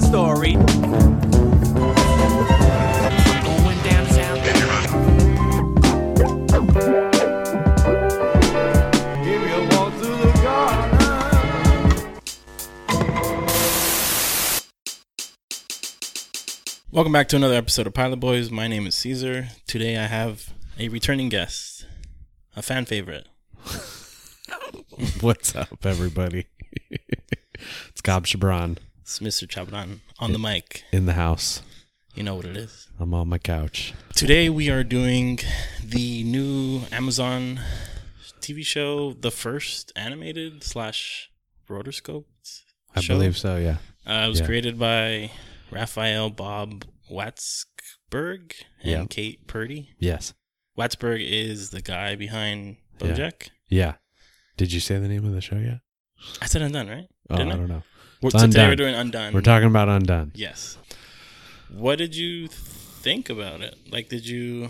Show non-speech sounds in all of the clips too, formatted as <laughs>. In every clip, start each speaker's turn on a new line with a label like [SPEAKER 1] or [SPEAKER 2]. [SPEAKER 1] story. I'm going downtown.
[SPEAKER 2] Welcome back to another episode of Pilot Boys. My name is Caesar. Today I have a returning guest, a fan favorite.
[SPEAKER 3] What's up, everybody? <laughs> it's Gob Chabran
[SPEAKER 2] It's Mr. Chabran on the mic.
[SPEAKER 3] in the house.
[SPEAKER 2] You know what it is.
[SPEAKER 3] I'm on my couch.
[SPEAKER 2] Today we are doing the new Amazon TV show, the first animated slash rotoscoped.
[SPEAKER 3] I
[SPEAKER 2] show.
[SPEAKER 3] believe so, yeah.
[SPEAKER 2] Uh, it was
[SPEAKER 3] Yeah.
[SPEAKER 2] created by Raphael Bob Watzberg and
[SPEAKER 3] Yeah.
[SPEAKER 2] Kate Purdy.
[SPEAKER 3] Yes.
[SPEAKER 2] Watzberg is the guy behind
[SPEAKER 3] Yeah.
[SPEAKER 2] BoJack.
[SPEAKER 3] Yeah. Did you say the name of the show yet?
[SPEAKER 2] I said undone, right?
[SPEAKER 3] Oh,
[SPEAKER 2] Didn't
[SPEAKER 3] I
[SPEAKER 2] I?
[SPEAKER 3] don't know.
[SPEAKER 2] We're,
[SPEAKER 3] It's
[SPEAKER 2] today we're
[SPEAKER 3] Undone.
[SPEAKER 2] doing undone.
[SPEAKER 3] We're talking about Undone.
[SPEAKER 2] Yes. What did you think about it? Like, did you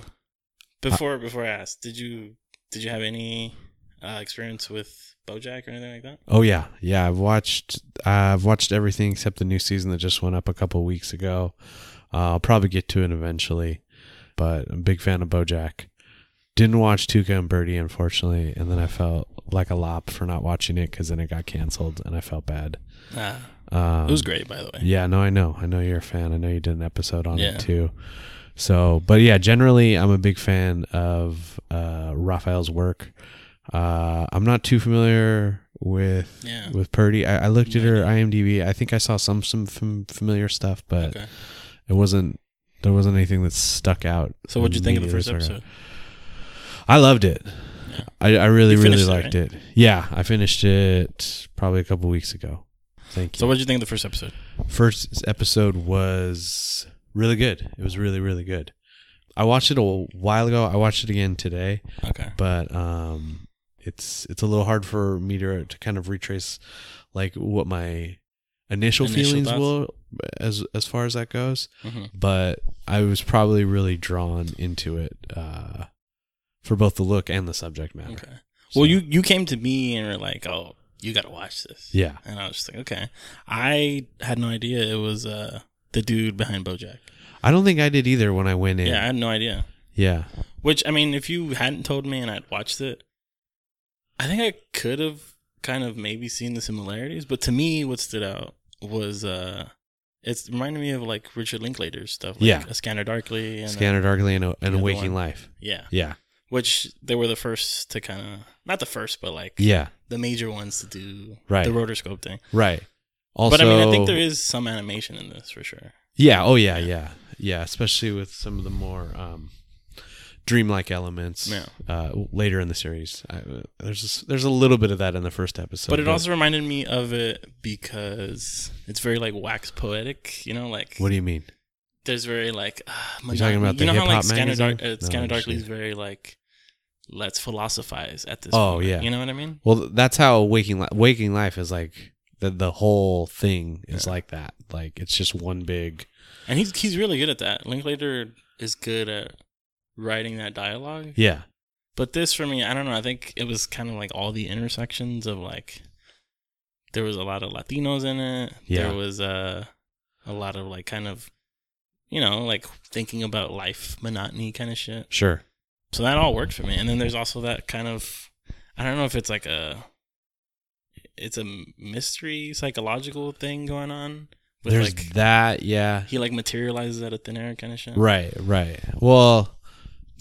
[SPEAKER 2] before
[SPEAKER 3] Uh,
[SPEAKER 2] before I asked, did you did you have any uh, experience with BoJack or anything like that?
[SPEAKER 3] Oh yeah, yeah. I've watched I've watched everything except the new season that just went up a couple weeks ago. Uh, I'll probably get to it eventually, but I'm a big fan of BoJack. Didn't watch Tuca and Birdie unfortunately, and then I felt like a lop for not watching it because then it got canceled and I felt bad.
[SPEAKER 2] Uh,
[SPEAKER 3] Um,
[SPEAKER 2] it was great, by the way.
[SPEAKER 3] Yeah, no, I know. I know you're a fan. I know you did an episode on
[SPEAKER 2] Yeah.
[SPEAKER 3] it too. So, but yeah, generally, I'm a big fan of uh, Raphael's work. Uh, I'm not too familiar with
[SPEAKER 2] Yeah.
[SPEAKER 3] with Purdy. I, I looked at her IMDb. I think I saw some some fam- familiar stuff, but
[SPEAKER 2] Okay.
[SPEAKER 3] it wasn't there wasn't anything that stuck out.
[SPEAKER 2] So, what'd you think of the first
[SPEAKER 3] immediately.
[SPEAKER 2] episode?
[SPEAKER 3] I loved it. I, I really really
[SPEAKER 2] You finished it,
[SPEAKER 3] liked it. Yeah, I finished it probably a couple weeks ago. Thank you
[SPEAKER 2] So, what'd you think of the first episode?
[SPEAKER 3] first episode was really good. It was really really good. I watched it a while ago. I watched it again today,
[SPEAKER 2] Okay.
[SPEAKER 3] but um, it's it's a little hard for me to to kind of retrace like what my initial,
[SPEAKER 2] Initial
[SPEAKER 3] feelings
[SPEAKER 2] thoughts?
[SPEAKER 3] were as as far as that goes.
[SPEAKER 2] hmm
[SPEAKER 3] But I was probably really drawn into it uh, for both the look and the subject matter.
[SPEAKER 2] Okay.
[SPEAKER 3] So-
[SPEAKER 2] Well, you you came to me and were like, "Oh, you got to watch this."
[SPEAKER 3] Yeah.
[SPEAKER 2] And I was just like, "Okay." I had no idea it was uh the dude behind BoJack.
[SPEAKER 3] I don't think I did either when I went in.
[SPEAKER 2] yeah I had no idea.
[SPEAKER 3] yeah.
[SPEAKER 2] Which I mean, if you hadn't told me and I'd watched it, I think I could have kind of maybe seen the similarities. But to me, what stood out was uh, it's reminded me of like Richard Linklater's stuff, like
[SPEAKER 3] Yeah.
[SPEAKER 2] A Scanner Darkly, and uh,
[SPEAKER 3] Scanner Darkly and, a, and
[SPEAKER 2] the
[SPEAKER 3] a
[SPEAKER 2] other
[SPEAKER 3] Waking
[SPEAKER 2] one.
[SPEAKER 3] Life.
[SPEAKER 2] yeah,
[SPEAKER 3] Yeah.
[SPEAKER 2] which they were the first to kind of not the first, but like
[SPEAKER 3] Yeah.
[SPEAKER 2] the major ones to do
[SPEAKER 3] Right.
[SPEAKER 2] the rotoscope thing.
[SPEAKER 3] Right. Also,
[SPEAKER 2] but I mean, I think there is some animation in this for sure.
[SPEAKER 3] Yeah. Oh, yeah. Yeah. Yeah. Especially with some of the more um, dreamlike elements
[SPEAKER 2] Yeah.
[SPEAKER 3] uh, later in the series. I, uh, there's a, s- there's a little bit of that in the first episode.
[SPEAKER 2] but it also reminded me of it because it's very like wax poetic, you know, like
[SPEAKER 3] What do you mean?
[SPEAKER 2] there's very like uh,
[SPEAKER 3] You talking about
[SPEAKER 2] you
[SPEAKER 3] the
[SPEAKER 2] know how like
[SPEAKER 3] hip-hop
[SPEAKER 2] Scanner, Dark,
[SPEAKER 3] magazine?
[SPEAKER 2] uh,
[SPEAKER 3] No,
[SPEAKER 2] Scanner
[SPEAKER 3] I'm just
[SPEAKER 2] Darkly is very like let's philosophize at this.
[SPEAKER 3] Oh,
[SPEAKER 2] point.
[SPEAKER 3] yeah.
[SPEAKER 2] you know what I mean.
[SPEAKER 3] Well, th- that's how waking Li- waking life is like. The the whole thing is like that. Like it's just one big.
[SPEAKER 2] And he's he's really good at that. Linklater is good at writing that dialogue.
[SPEAKER 3] Yeah.
[SPEAKER 2] But this for me, I don't know. I think it was kind of like all the intersections of like there was a lot of Latinos in it.
[SPEAKER 3] Yeah.
[SPEAKER 2] There was uh, a lot of like kind of you know like thinking about life monotony kind of shit.
[SPEAKER 3] Sure.
[SPEAKER 2] So that all worked for me. And then there's also that kind of I don't know if it's like a it's a mystery psychological thing going on with
[SPEAKER 3] There's
[SPEAKER 2] like
[SPEAKER 3] that. Yeah.
[SPEAKER 2] he like materializes out of thin air kind of shit.
[SPEAKER 3] Right, right. Well,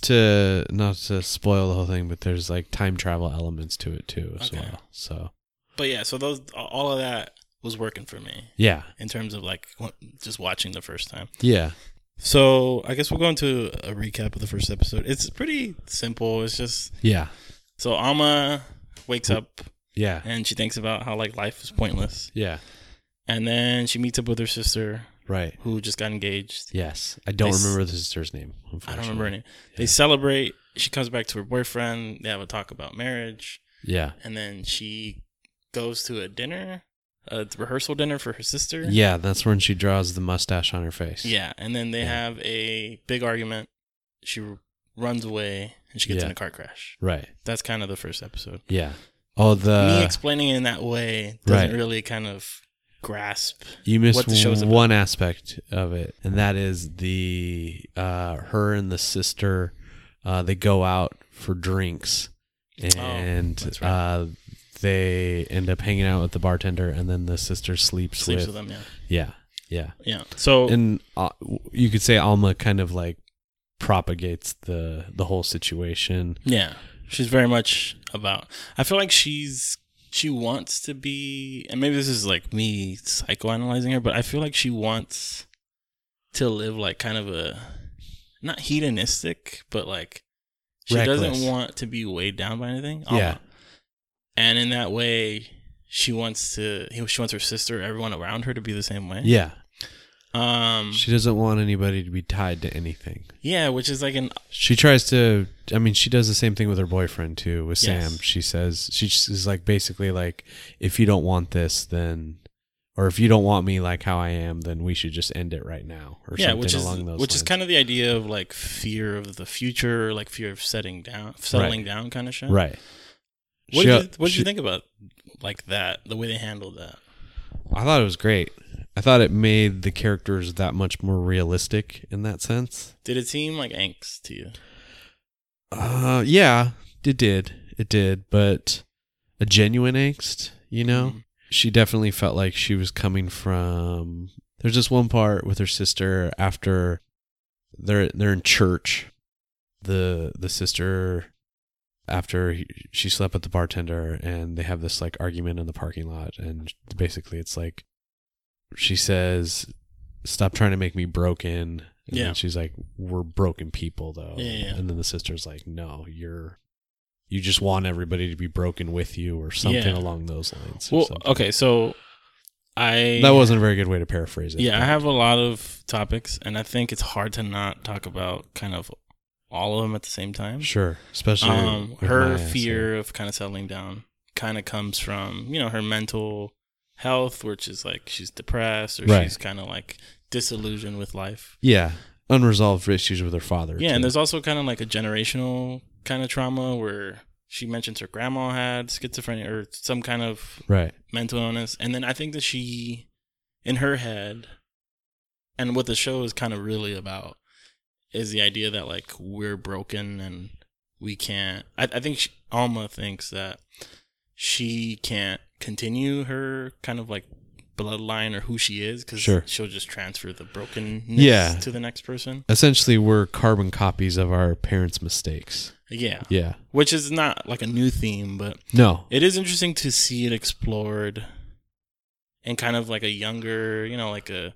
[SPEAKER 3] to not to spoil the whole thing, but there's like time travel elements to it too as
[SPEAKER 2] Okay.
[SPEAKER 3] well. So
[SPEAKER 2] But yeah, so those all of that was working for me
[SPEAKER 3] yeah,
[SPEAKER 2] in terms of like wa- just watching the first time.
[SPEAKER 3] yeah,
[SPEAKER 2] So I guess we'll go into a recap of the first episode. It's pretty simple. It's just
[SPEAKER 3] yeah,
[SPEAKER 2] so Alma wakes up
[SPEAKER 3] yeah,
[SPEAKER 2] and she thinks about how like life is pointless,
[SPEAKER 3] yeah.
[SPEAKER 2] and then she meets up with her sister
[SPEAKER 3] Right.
[SPEAKER 2] who just got engaged.
[SPEAKER 3] Yes, I don't
[SPEAKER 2] They s-
[SPEAKER 3] remember the sister's name.
[SPEAKER 2] I
[SPEAKER 3] Unfortunately.
[SPEAKER 2] don't remember any. They
[SPEAKER 3] Yeah.
[SPEAKER 2] celebrate. She comes back to her boyfriend. They have a talk about marriage,
[SPEAKER 3] Yeah,
[SPEAKER 2] and then she goes to a dinner, a rehearsal dinner for her sister.
[SPEAKER 3] yeah. That's when she draws the mustache on her face.
[SPEAKER 2] Yeah, and then they
[SPEAKER 3] Yeah.
[SPEAKER 2] have a big argument. She r- runs away and she gets
[SPEAKER 3] Yeah.
[SPEAKER 2] in a car crash.
[SPEAKER 3] Right.
[SPEAKER 2] That's kind of the first episode.
[SPEAKER 3] Yeah. Oh,
[SPEAKER 2] Me
[SPEAKER 3] the
[SPEAKER 2] explaining it in that way doesn't
[SPEAKER 3] right.
[SPEAKER 2] really kind of grasp.
[SPEAKER 3] You missed
[SPEAKER 2] what the show's about.
[SPEAKER 3] one aspect of it, and that is the uh, her and the sister. Uh, they go out for drinks, and
[SPEAKER 2] Oh, that's right.
[SPEAKER 3] uh, they end up hanging out with the bartender, and then the sister sleeps,
[SPEAKER 2] Sleeps
[SPEAKER 3] with,
[SPEAKER 2] with them, yeah,
[SPEAKER 3] yeah, yeah.
[SPEAKER 2] yeah. So
[SPEAKER 3] And uh, you could say Alma kind of like propagates the the whole situation.
[SPEAKER 2] yeah, she's very much about. I feel like she's she wants to be, and maybe this is like me psychoanalyzing her, but I feel like she wants to live like kind of a not hedonistic, but like she
[SPEAKER 3] Reckless.
[SPEAKER 2] doesn't want to be weighed down by anything.
[SPEAKER 3] Yeah.
[SPEAKER 2] and in that way. She wants to. She wants her sister, everyone around her, to be the same way.
[SPEAKER 3] Yeah,
[SPEAKER 2] Um.
[SPEAKER 3] she doesn't want anybody to be tied to anything.
[SPEAKER 2] yeah, which is like an
[SPEAKER 3] She tries to. I mean, she does the same thing with her boyfriend too. With
[SPEAKER 2] Yes.
[SPEAKER 3] Sam, she says she just is like basically like, if you don't want this, then, or if you don't want me like how I am, then we should just end it right now, or
[SPEAKER 2] yeah,
[SPEAKER 3] something
[SPEAKER 2] which is
[SPEAKER 3] along those.
[SPEAKER 2] which
[SPEAKER 3] lines.
[SPEAKER 2] is kind of the idea of like fear of the future, like fear of setting down, settling down, kind of shit.
[SPEAKER 3] right.
[SPEAKER 2] What
[SPEAKER 3] She-
[SPEAKER 2] did you, what did
[SPEAKER 3] she-
[SPEAKER 2] you think about like that? The way they handled that.
[SPEAKER 3] I thought it was great. I thought it made the characters that much more realistic in that sense.
[SPEAKER 2] Did it seem like angst to you?
[SPEAKER 3] Uh, yeah, it did. It did, but a genuine angst, you know?
[SPEAKER 2] Mhm.
[SPEAKER 3] She definitely felt like she was coming from There's this one part with her sister after they're they're in church. The the sister after he, she slept with the bartender and they have this like argument in the parking lot and basically it's like she says stop trying to make me broken and
[SPEAKER 2] Yeah.
[SPEAKER 3] then she's like we're broken people though
[SPEAKER 2] Yeah, yeah, yeah.
[SPEAKER 3] and then the sister's like no you're you just want everybody to be broken with you or something
[SPEAKER 2] Yeah.
[SPEAKER 3] along those lines or
[SPEAKER 2] Well,
[SPEAKER 3] something.
[SPEAKER 2] okay, so I
[SPEAKER 3] that wasn't a very good way to paraphrase it
[SPEAKER 2] yeah. I
[SPEAKER 3] but-
[SPEAKER 2] have a lot of topics, and I think it's hard to not talk about kind of all of them at the same time.
[SPEAKER 3] sure especially
[SPEAKER 2] um
[SPEAKER 3] with my
[SPEAKER 2] her
[SPEAKER 3] ass,
[SPEAKER 2] fear of kind of settling down kind of comes from you know her mental health which is like she's depressed or
[SPEAKER 3] Right.
[SPEAKER 2] she's kind of like disillusioned with life
[SPEAKER 3] yeah unresolved issues with her father
[SPEAKER 2] yeah
[SPEAKER 3] too.
[SPEAKER 2] and there's also kind of like a generational kind of trauma where she mentions her grandma had schizophrenia or some kind of
[SPEAKER 3] right
[SPEAKER 2] mental illness and then i think that she in her head and what the show is kind of really about is the idea that like we're broken and we can't i, I think she, alma thinks that she can't continue her kind of like bloodline or who she is because
[SPEAKER 3] Sure.
[SPEAKER 2] she'll just transfer the brokenness
[SPEAKER 3] Yeah.
[SPEAKER 2] to the next person
[SPEAKER 3] essentially we're carbon copies of our parents mistakes
[SPEAKER 2] yeah
[SPEAKER 3] yeah
[SPEAKER 2] which is not like a new theme but
[SPEAKER 3] no
[SPEAKER 2] it is interesting to see it explored in kind of like a younger, you know, like a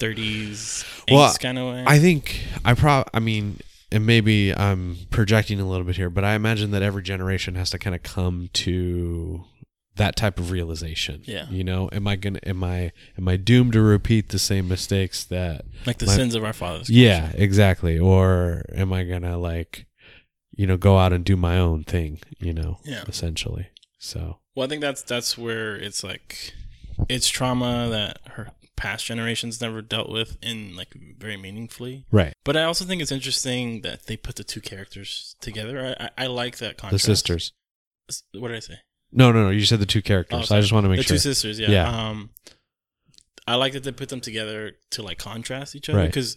[SPEAKER 2] 30s
[SPEAKER 3] Well,
[SPEAKER 2] angst kind of way.
[SPEAKER 3] I think I prob I mean, and maybe I'm projecting a little bit here, but I imagine that every generation has to kind of come to that type of realization.
[SPEAKER 2] Yeah.
[SPEAKER 3] You know, am I gonna am I am I doomed to repeat the same mistakes that
[SPEAKER 2] like the
[SPEAKER 3] my-
[SPEAKER 2] sins of our fathers.
[SPEAKER 3] Yeah, exactly. Or am I gonna like you know, go out and do my own thing, you know,
[SPEAKER 2] Yeah.
[SPEAKER 3] essentially. So
[SPEAKER 2] Well, I think that's that's where it's like it's trauma that her past generations never dealt with in like very meaningfully.
[SPEAKER 3] Right.
[SPEAKER 2] But I also think it's interesting that they put the two characters together. I, I, I like that contrast.
[SPEAKER 3] The sisters.
[SPEAKER 2] S- What did I say?
[SPEAKER 3] No, no, no. You said the two characters.
[SPEAKER 2] Oh,
[SPEAKER 3] I
[SPEAKER 2] sorry.
[SPEAKER 3] just want to make
[SPEAKER 2] the
[SPEAKER 3] sure.
[SPEAKER 2] two sisters yeah.
[SPEAKER 3] Yeah.
[SPEAKER 2] um i like that they put them together to like contrast each other
[SPEAKER 3] Right.
[SPEAKER 2] because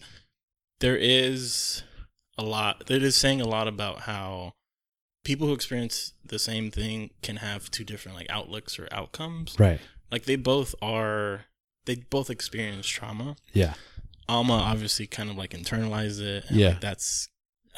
[SPEAKER 2] there is a lot that is saying a lot about how people who experience the same thing can have two different like outlooks or outcomes
[SPEAKER 3] right.
[SPEAKER 2] like they both are they both experience trauma
[SPEAKER 3] Yeah.
[SPEAKER 2] alma obviously kind of like internalized it and,
[SPEAKER 3] Yeah.
[SPEAKER 2] like, that's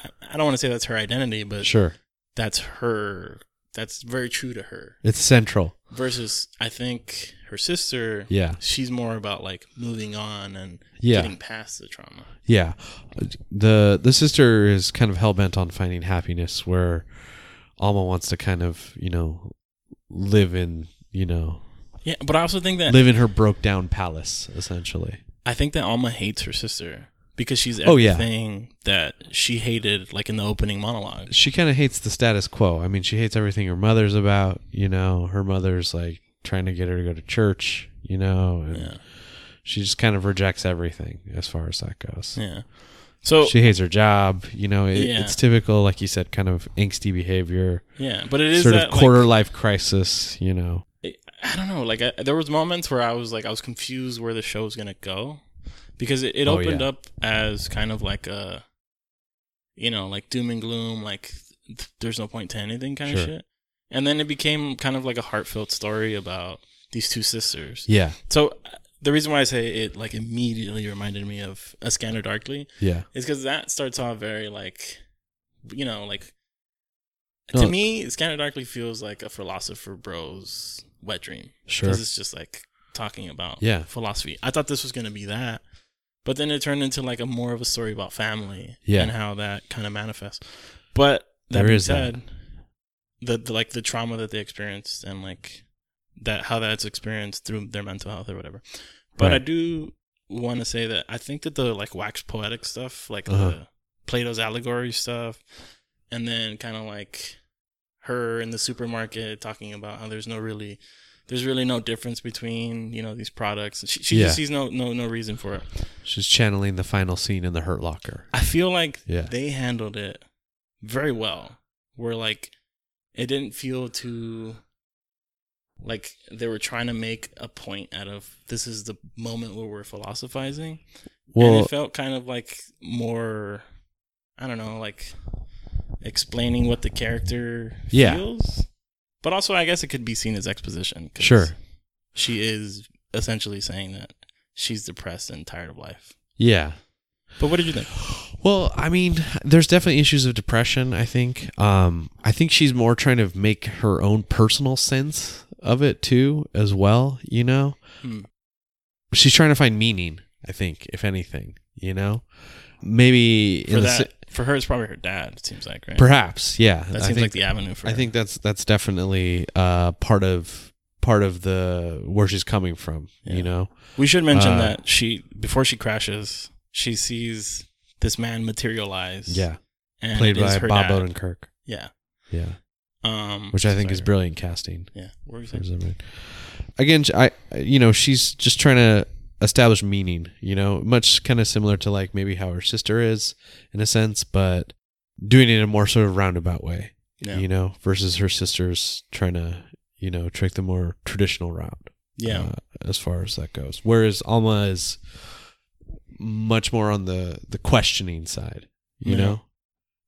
[SPEAKER 2] I- i don't want to say that's her identity but
[SPEAKER 3] Sure.
[SPEAKER 2] that's her that's very true to her
[SPEAKER 3] It's central.
[SPEAKER 2] versus i think her sister
[SPEAKER 3] Yeah.
[SPEAKER 2] she's more about like moving on and
[SPEAKER 3] Yeah.
[SPEAKER 2] getting past the trauma.
[SPEAKER 3] Yeah. The the sister is kind of hell bent on finding happiness where Alma wants to kind of, you know, live in, you know,
[SPEAKER 2] Yeah, but I also think that
[SPEAKER 3] live in her broke down palace essentially.
[SPEAKER 2] I think that Alma hates her sister because she's
[SPEAKER 3] Oh, yeah.
[SPEAKER 2] everything that she hated, like in the opening monologue.
[SPEAKER 3] She kind of hates the status quo. I mean, she hates everything her mother's about, you know, her mother's like trying to get her to go to church, you know, and
[SPEAKER 2] Yeah,
[SPEAKER 3] she just kind of rejects everything as far as that goes.
[SPEAKER 2] yeah. So
[SPEAKER 3] She hates her job, you know. It,
[SPEAKER 2] Yeah.
[SPEAKER 3] It's typical, like you said, kind of angsty behavior,
[SPEAKER 2] yeah, but it is
[SPEAKER 3] sort
[SPEAKER 2] that
[SPEAKER 3] of quarter
[SPEAKER 2] Like,
[SPEAKER 3] life crisis, you know.
[SPEAKER 2] I- I don't know. Like I, there was moments where I was like I was confused where the show was gonna go because it, it
[SPEAKER 3] Oh,
[SPEAKER 2] opened
[SPEAKER 3] yeah.
[SPEAKER 2] up as kind of like a you know like doom and gloom like th- there's no point to anything kind
[SPEAKER 3] Sure.
[SPEAKER 2] of shit, and then it became kind of like a heartfelt story about these two sisters.
[SPEAKER 3] Yeah,
[SPEAKER 2] So uh, the reason why I say it like immediately reminded me of A Scanner Darkly
[SPEAKER 3] yeah,
[SPEAKER 2] is because that starts off very like you know like
[SPEAKER 3] No.
[SPEAKER 2] to me Scanner Darkly feels like a philosopher bros wet dream
[SPEAKER 3] sure.
[SPEAKER 2] because it's just like talking about
[SPEAKER 3] Yeah.
[SPEAKER 2] philosophy. I thought this was gonna be that, but then it turned into like a more of a story about family
[SPEAKER 3] Yeah.
[SPEAKER 2] and how that kind of manifests. But that
[SPEAKER 3] There
[SPEAKER 2] being
[SPEAKER 3] is that.
[SPEAKER 2] said, the, the like the trauma that they experienced and like that how that's experienced through their mental health or whatever. But I
[SPEAKER 3] Right.
[SPEAKER 2] do want to say that I think that the like wax poetic stuff, like
[SPEAKER 3] Uh-huh.
[SPEAKER 2] the Plato's allegory stuff, and then kind of like her in the supermarket talking about how there's no really there's really no difference between you know these products she, she
[SPEAKER 3] Yeah.
[SPEAKER 2] just sees no no no reason for it
[SPEAKER 3] She's channeling the final scene in the Hurt Locker.
[SPEAKER 2] i feel like
[SPEAKER 3] Yeah.
[SPEAKER 2] they handled it very well where like it didn't feel too like they were trying to make a point out of this is the moment where we're philosophizing and
[SPEAKER 3] Well,
[SPEAKER 2] it felt kind of like more i don't know like explaining what the character
[SPEAKER 3] Yeah.
[SPEAKER 2] feels but also i guess it could be seen as exposition 'cause
[SPEAKER 3] Sure.
[SPEAKER 2] she is essentially saying that she's depressed and tired of life
[SPEAKER 3] yeah.
[SPEAKER 2] but what did you think
[SPEAKER 3] Well, I mean, there's definitely issues of depression, I think. Um, I think she's more trying to make her own personal sense of it too, as well, you know?
[SPEAKER 2] Hmm.
[SPEAKER 3] She's trying to find meaning, I think, if anything, you know? Maybe
[SPEAKER 2] for
[SPEAKER 3] in the
[SPEAKER 2] that
[SPEAKER 3] se-
[SPEAKER 2] for her it's probably her dad it seems like right
[SPEAKER 3] perhaps, yeah.
[SPEAKER 2] that
[SPEAKER 3] I
[SPEAKER 2] seems
[SPEAKER 3] think-
[SPEAKER 2] like the avenue for
[SPEAKER 3] I
[SPEAKER 2] her.
[SPEAKER 3] think that's that's definitely uh part of part of the where she's coming from,
[SPEAKER 2] Yeah.
[SPEAKER 3] you know?
[SPEAKER 2] we should mention
[SPEAKER 3] uh,
[SPEAKER 2] that she before she crashes she sees this man materialize
[SPEAKER 3] Yeah.
[SPEAKER 2] and
[SPEAKER 3] Played
[SPEAKER 2] it is
[SPEAKER 3] by
[SPEAKER 2] her
[SPEAKER 3] Bob
[SPEAKER 2] dad.
[SPEAKER 3] Odenkirk.
[SPEAKER 2] yeah
[SPEAKER 3] Yeah.
[SPEAKER 2] um
[SPEAKER 3] Which I think is
[SPEAKER 2] sorry.
[SPEAKER 3] brilliant casting.
[SPEAKER 2] yeah what were you
[SPEAKER 3] for
[SPEAKER 2] saying?
[SPEAKER 3] Zimmerman. Again, I you know she's just trying to establish meaning. You know, much kind of similar to like maybe how her sister is in a sense, but doing it in a more sort of roundabout way.
[SPEAKER 2] yeah
[SPEAKER 3] You know, versus her sister's trying to you know trick the more traditional route.
[SPEAKER 2] yeah
[SPEAKER 3] uh, as far as that goes. Whereas Alma is much more on the the questioning side. You
[SPEAKER 2] Yeah.
[SPEAKER 3] know,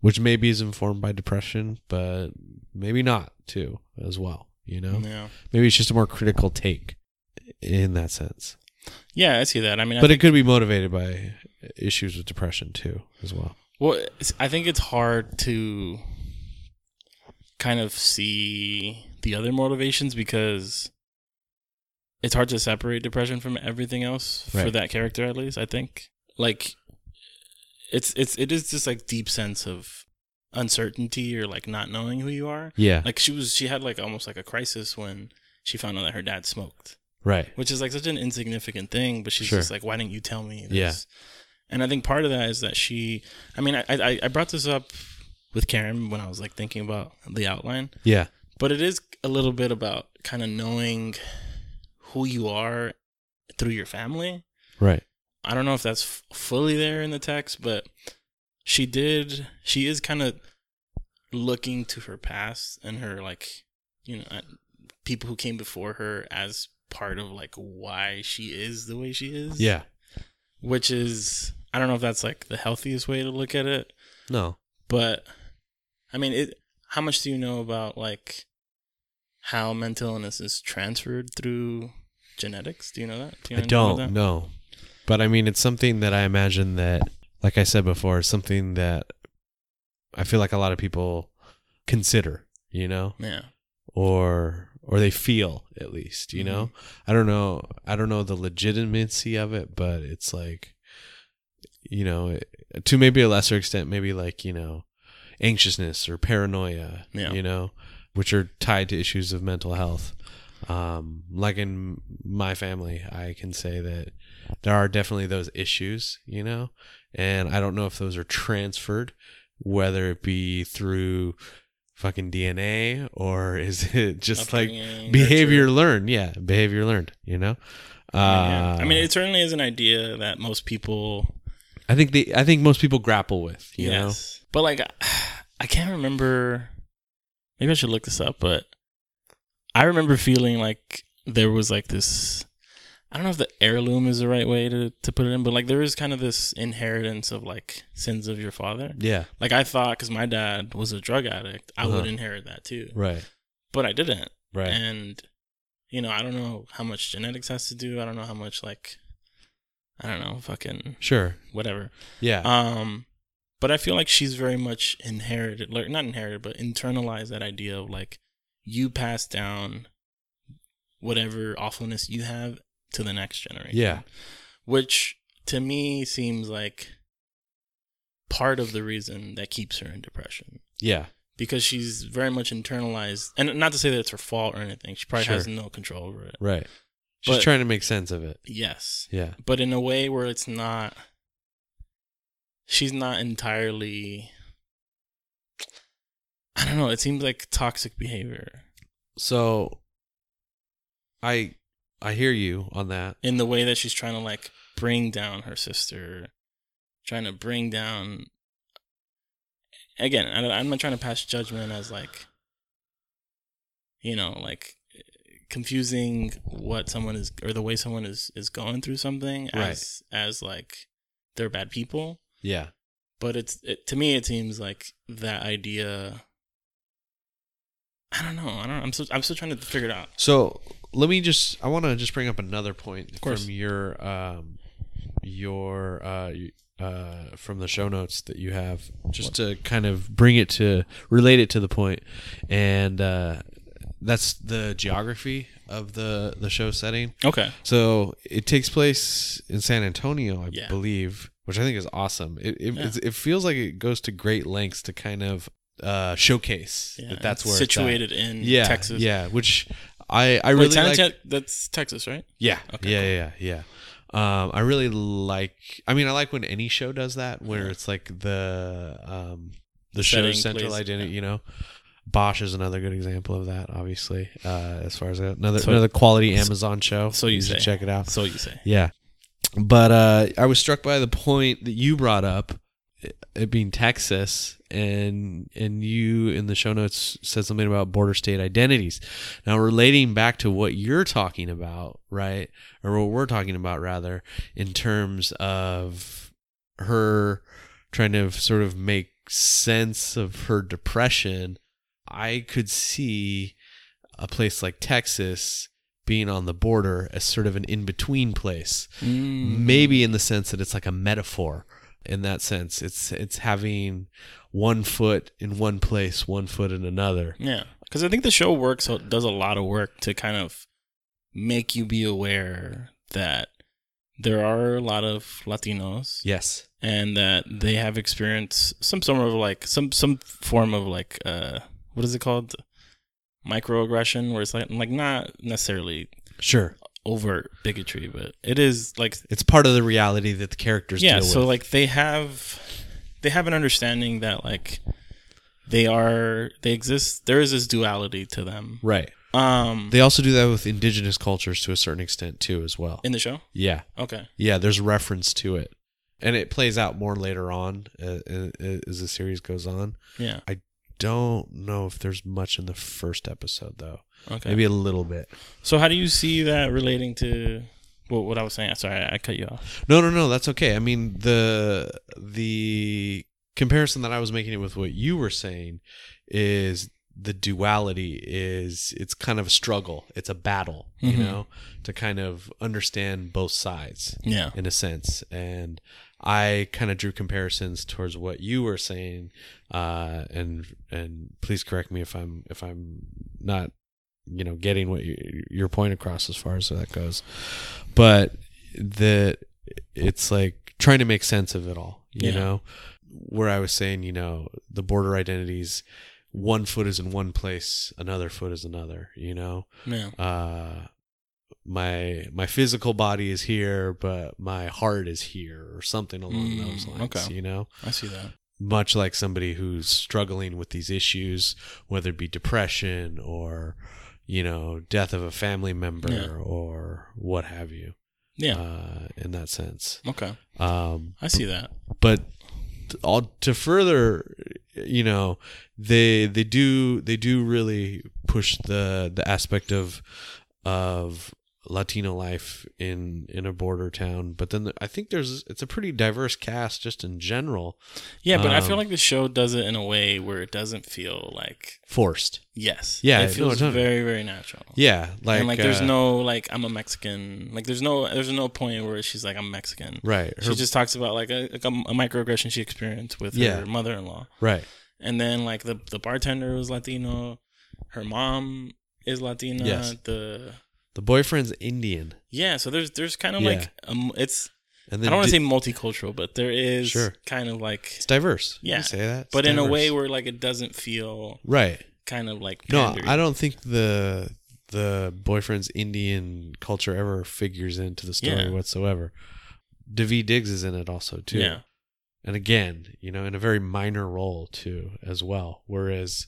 [SPEAKER 3] which maybe is informed by depression, but maybe not too as well. You know
[SPEAKER 2] yeah
[SPEAKER 3] maybe it's just a more critical take in that sense
[SPEAKER 2] yeah i see that i mean I
[SPEAKER 3] but it could be motivated by issues with depression too as well
[SPEAKER 2] Well, it's- I think it's hard to kind of see the other motivations because it's hard to separate depression from everything else for
[SPEAKER 3] Right.
[SPEAKER 2] that character at least, I think. Like it's it's it is this like deep sense of uncertainty or like not knowing who you are.
[SPEAKER 3] yeah
[SPEAKER 2] Like she was she had like almost like a crisis when she found out that her dad smoked
[SPEAKER 3] right
[SPEAKER 2] which is like such an insignificant thing. But she's
[SPEAKER 3] Sure.
[SPEAKER 2] just like, why didn't you tell me? This?
[SPEAKER 3] Yeah.
[SPEAKER 2] And I think part of that is that she. I mean, I, I I brought this up with Karen when I was like thinking about the outline,
[SPEAKER 3] yeah
[SPEAKER 2] but it is a little bit about kind of knowing who you are through your family.
[SPEAKER 3] right
[SPEAKER 2] I don't know if that's f- fully there in the text, but she did. She is kind of looking to her past and her like, you know, uh, people who came before her as part of like why she is the way she is.
[SPEAKER 3] yeah
[SPEAKER 2] which is I don't know if that's like the healthiest way to look at it,
[SPEAKER 3] no
[SPEAKER 2] but I mean, it. How much do you know about like how mental illness is transferred through genetics? Do you know that? Do you
[SPEAKER 3] i
[SPEAKER 2] know anything
[SPEAKER 3] don't
[SPEAKER 2] about that?
[SPEAKER 3] know but i mean it's something that i imagine that like i said before it's something that i feel like a lot of people consider you know
[SPEAKER 2] Yeah.
[SPEAKER 3] or or they feel at least you know i don't know i don't know the legitimacy of it but it's like you know it- to maybe a lesser extent maybe like you know anxiousness or paranoia
[SPEAKER 2] Yeah.
[SPEAKER 3] you know which are tied to issues of mental health um like in my family i can say that there are definitely those issues you know and i don't know if those are transferred whether it be through fucking dna or is it <laughs> just like
[SPEAKER 2] Upbringing,
[SPEAKER 3] behavior learned yeah behavior learned you know uh,
[SPEAKER 2] Yeah. I mean, it certainly is an idea that most people.
[SPEAKER 3] I think the I think most people grapple with, you
[SPEAKER 2] yes. But like, <sighs> I can't remember. Maybe I should look this up, but I remember feeling like there was like this I don't know if the heirloom is the right way to, to put it in, but like there is kind of this inheritance of like sins of your father.
[SPEAKER 3] Yeah.
[SPEAKER 2] Like I thought, because my dad was a drug addict, I
[SPEAKER 3] Uh-huh.
[SPEAKER 2] would inherit that too.
[SPEAKER 3] Right.
[SPEAKER 2] But I didn't.
[SPEAKER 3] Right.
[SPEAKER 2] And, you know, I don't know how much genetics has to do. I don't know how much, like, I don't know, fucking
[SPEAKER 3] sure.
[SPEAKER 2] whatever.
[SPEAKER 3] Yeah.
[SPEAKER 2] Um, but I feel like she's very much inherited, like, not inherited, but internalized that idea of like you pass down whatever awfulness you have to the next generation.
[SPEAKER 3] yeah.
[SPEAKER 2] Which to me seems like part of the reason that keeps her in depression
[SPEAKER 3] Yeah.
[SPEAKER 2] because she's very much internalized and not to say that it's her fault or anything she probably
[SPEAKER 3] Sure.
[SPEAKER 2] has no control over it
[SPEAKER 3] Right. She's
[SPEAKER 2] But-
[SPEAKER 3] trying to make sense of it.
[SPEAKER 2] yes
[SPEAKER 3] Yeah.
[SPEAKER 2] but in a way where it's not she's not entirely i don't know it seems like toxic behavior
[SPEAKER 3] So I I hear you on that.
[SPEAKER 2] in the way that she's trying to like bring down her sister trying to bring down again I don't- i'm not trying to pass judgment as like you know like confusing what someone is or the way someone is is going through something as as like they're bad people
[SPEAKER 3] Yeah.
[SPEAKER 2] but it's it, to me it seems like that idea i don't know i don't i'm still i'm still trying to figure it out
[SPEAKER 3] So let me just I want to just bring up another point
[SPEAKER 2] course.
[SPEAKER 3] from your um your uh y- uh from the show notes that you have just to kind of bring it to relate it to the point and uh that's the geography of the the show setting.
[SPEAKER 2] okay
[SPEAKER 3] So it takes place in San Antonio, I
[SPEAKER 2] Yeah.
[SPEAKER 3] believe, which I think is awesome. It it,
[SPEAKER 2] Yeah.
[SPEAKER 3] it's- it feels like it goes to great lengths to kind of uh, showcase
[SPEAKER 2] yeah,
[SPEAKER 3] that that's
[SPEAKER 2] it's
[SPEAKER 3] where
[SPEAKER 2] situated in
[SPEAKER 3] It's at. Yeah,
[SPEAKER 2] texas
[SPEAKER 3] Yeah, which I I
[SPEAKER 2] Wait,
[SPEAKER 3] really
[SPEAKER 2] San
[SPEAKER 3] like.
[SPEAKER 2] Antonio- that's Texas, right?
[SPEAKER 3] Yeah,
[SPEAKER 2] Okay,
[SPEAKER 3] yeah, yeah, yeah, yeah. Um, I really like. I mean, I like when any show does that, where it's like the um the
[SPEAKER 2] Setting,
[SPEAKER 3] show's central
[SPEAKER 2] place,
[SPEAKER 3] identity.
[SPEAKER 2] yeah.
[SPEAKER 3] You know, Bosch is another good example of that. Obviously, uh, as far as that- another
[SPEAKER 2] So-
[SPEAKER 3] another quality Amazon show.
[SPEAKER 2] so you
[SPEAKER 3] should
[SPEAKER 2] say.
[SPEAKER 3] check it out.
[SPEAKER 2] So you say.
[SPEAKER 3] Yeah. But uh, I was struck by the point that you brought up, it- it being Texas, and and you in the show notes said something about border state identities. Now relating back to what you're talking about, right, or what we're talking about rather, in terms of her trying to sort of make sense of her depression, I could see a place like Texas being on the border as sort of an in between place.
[SPEAKER 2] Mm-hmm.
[SPEAKER 3] Maybe in the sense that it's like a metaphor. In that sense, it's it's having one foot in one place, one foot in another.
[SPEAKER 2] Yeah, because I think the show works uh, does a lot of work to kind of make you be aware that there are a lot of Latinos
[SPEAKER 3] Yes.
[SPEAKER 2] and that they have experienced some sort of like some some form of like uh what is it called microaggression where it's like like not necessarily
[SPEAKER 3] Sure.
[SPEAKER 2] overt bigotry but it is like
[SPEAKER 3] It's part of the reality that the characters
[SPEAKER 2] yeah
[SPEAKER 3] deal
[SPEAKER 2] so
[SPEAKER 3] with.
[SPEAKER 2] like they have they have an understanding that like they are they exist there is this duality to them
[SPEAKER 3] right.
[SPEAKER 2] um
[SPEAKER 3] They also do that with indigenous cultures to a certain extent too as well.
[SPEAKER 2] in the show
[SPEAKER 3] yeah.
[SPEAKER 2] okay
[SPEAKER 3] Yeah, there's reference to it. And it plays out more later on uh, uh, uh, as the series goes on.
[SPEAKER 2] yeah
[SPEAKER 3] don't know if there's much in the first episode though.
[SPEAKER 2] okay
[SPEAKER 3] Maybe a little bit.
[SPEAKER 2] so how do you see that relating to what, what i was saying sorry i cut you off
[SPEAKER 3] No, no, no, that's okay. I mean the the comparison that I was making it with what you were saying is the duality is it's kind of a struggle. It's a battle,
[SPEAKER 2] Mhm.
[SPEAKER 3] you know, to kind of understand both sides
[SPEAKER 2] yeah
[SPEAKER 3] in a sense. And I kind of drew comparisons towards what you were saying. Uh, and and please correct me if I'm if I'm not you know getting what you, your point across as far as that goes. But the it's like trying to make sense of it all. You
[SPEAKER 2] Yeah.
[SPEAKER 3] know, where I was saying, you know, the border identities. One foot is in one place, another foot is another. You know,
[SPEAKER 2] yeah
[SPEAKER 3] uh my my physical body is here but my heart is here or something along
[SPEAKER 2] Mm,
[SPEAKER 3] those lines
[SPEAKER 2] okay.
[SPEAKER 3] you know
[SPEAKER 2] i see that
[SPEAKER 3] much like somebody who's struggling with these issues whether it be depression or you know death of a family member
[SPEAKER 2] Yeah.
[SPEAKER 3] or what have you
[SPEAKER 2] yeah
[SPEAKER 3] uh in that sense
[SPEAKER 2] okay
[SPEAKER 3] um
[SPEAKER 2] i see that
[SPEAKER 3] but t- all to further you know they they do they do really push the the aspect of of Latino life in in a border town. But then the, I think there's it's a pretty diverse cast just in general.
[SPEAKER 2] Yeah, but I feel
[SPEAKER 3] Um,
[SPEAKER 2] like the show does it in a way where it doesn't feel like
[SPEAKER 3] Forced.
[SPEAKER 2] yes.
[SPEAKER 3] Yeah,
[SPEAKER 2] it
[SPEAKER 3] no,
[SPEAKER 2] feels
[SPEAKER 3] it's not-
[SPEAKER 2] very very natural.
[SPEAKER 3] Yeah, like,
[SPEAKER 2] and like there's
[SPEAKER 3] uh,
[SPEAKER 2] no like I'm a Mexican. Like there's no there's no point where she's like I'm Mexican.
[SPEAKER 3] right.
[SPEAKER 2] She
[SPEAKER 3] her-
[SPEAKER 2] just talks about like a, like a, a microaggression she experienced with
[SPEAKER 3] Yeah.
[SPEAKER 2] her mother-in-law,
[SPEAKER 3] right.
[SPEAKER 2] and then like the the bartender was Latino, her mom is Latina.
[SPEAKER 3] Yes.
[SPEAKER 2] The
[SPEAKER 3] The boyfriend's Indian,
[SPEAKER 2] yeah, so there's there's kind of
[SPEAKER 3] Yeah.
[SPEAKER 2] like um, it's
[SPEAKER 3] and
[SPEAKER 2] I
[SPEAKER 3] then
[SPEAKER 2] don't want to
[SPEAKER 3] di-
[SPEAKER 2] say multicultural, but there is
[SPEAKER 3] Sure.
[SPEAKER 2] kind of like
[SPEAKER 3] it's diverse. You
[SPEAKER 2] Yeah,
[SPEAKER 3] can say that. It's
[SPEAKER 2] but in a
[SPEAKER 3] diverse.
[SPEAKER 2] way where like it doesn't feel
[SPEAKER 3] right.
[SPEAKER 2] kind of like
[SPEAKER 3] No,
[SPEAKER 2] pandered.
[SPEAKER 3] I don't think the the boyfriend's Indian culture ever figures into the story
[SPEAKER 2] Yeah.
[SPEAKER 3] whatsoever. David Diggs is in it also too.
[SPEAKER 2] Yeah,
[SPEAKER 3] and again, you know, in a very minor role too, as well. Whereas,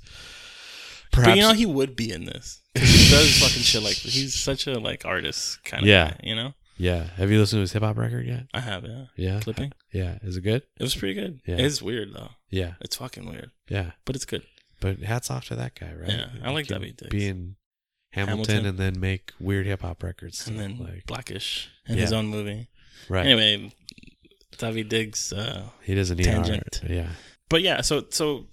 [SPEAKER 3] perhaps,
[SPEAKER 2] but you know he would be in this. 'Cause He does fucking shit like
[SPEAKER 3] <laughs>
[SPEAKER 2] he's such a like artist kind of
[SPEAKER 3] Yeah.
[SPEAKER 2] guy, you know.
[SPEAKER 3] yeah. Have you listened to his hip hop record yet?
[SPEAKER 2] I have yeah.
[SPEAKER 3] Yeah,
[SPEAKER 2] clipping.
[SPEAKER 3] yeah. Is it good?
[SPEAKER 2] It was pretty good.
[SPEAKER 3] Yeah.
[SPEAKER 2] It's weird though.
[SPEAKER 3] Yeah,
[SPEAKER 2] It's fucking weird,
[SPEAKER 3] yeah.
[SPEAKER 2] but it's good.
[SPEAKER 3] But hats off to that guy, right?
[SPEAKER 2] Yeah, I
[SPEAKER 3] You
[SPEAKER 2] like
[SPEAKER 3] can
[SPEAKER 2] David Diggs.
[SPEAKER 3] Be in Hamilton,
[SPEAKER 2] Hamilton.
[SPEAKER 3] and then make weird hip hop records,
[SPEAKER 2] And then
[SPEAKER 3] like
[SPEAKER 2] Blackish in his
[SPEAKER 3] Yeah.
[SPEAKER 2] own movie.
[SPEAKER 3] right.
[SPEAKER 2] Anyway, Tavi Diggs. Uh,
[SPEAKER 3] he doesn't need
[SPEAKER 2] Tangent.
[SPEAKER 3] art. Yeah,
[SPEAKER 2] but yeah, so so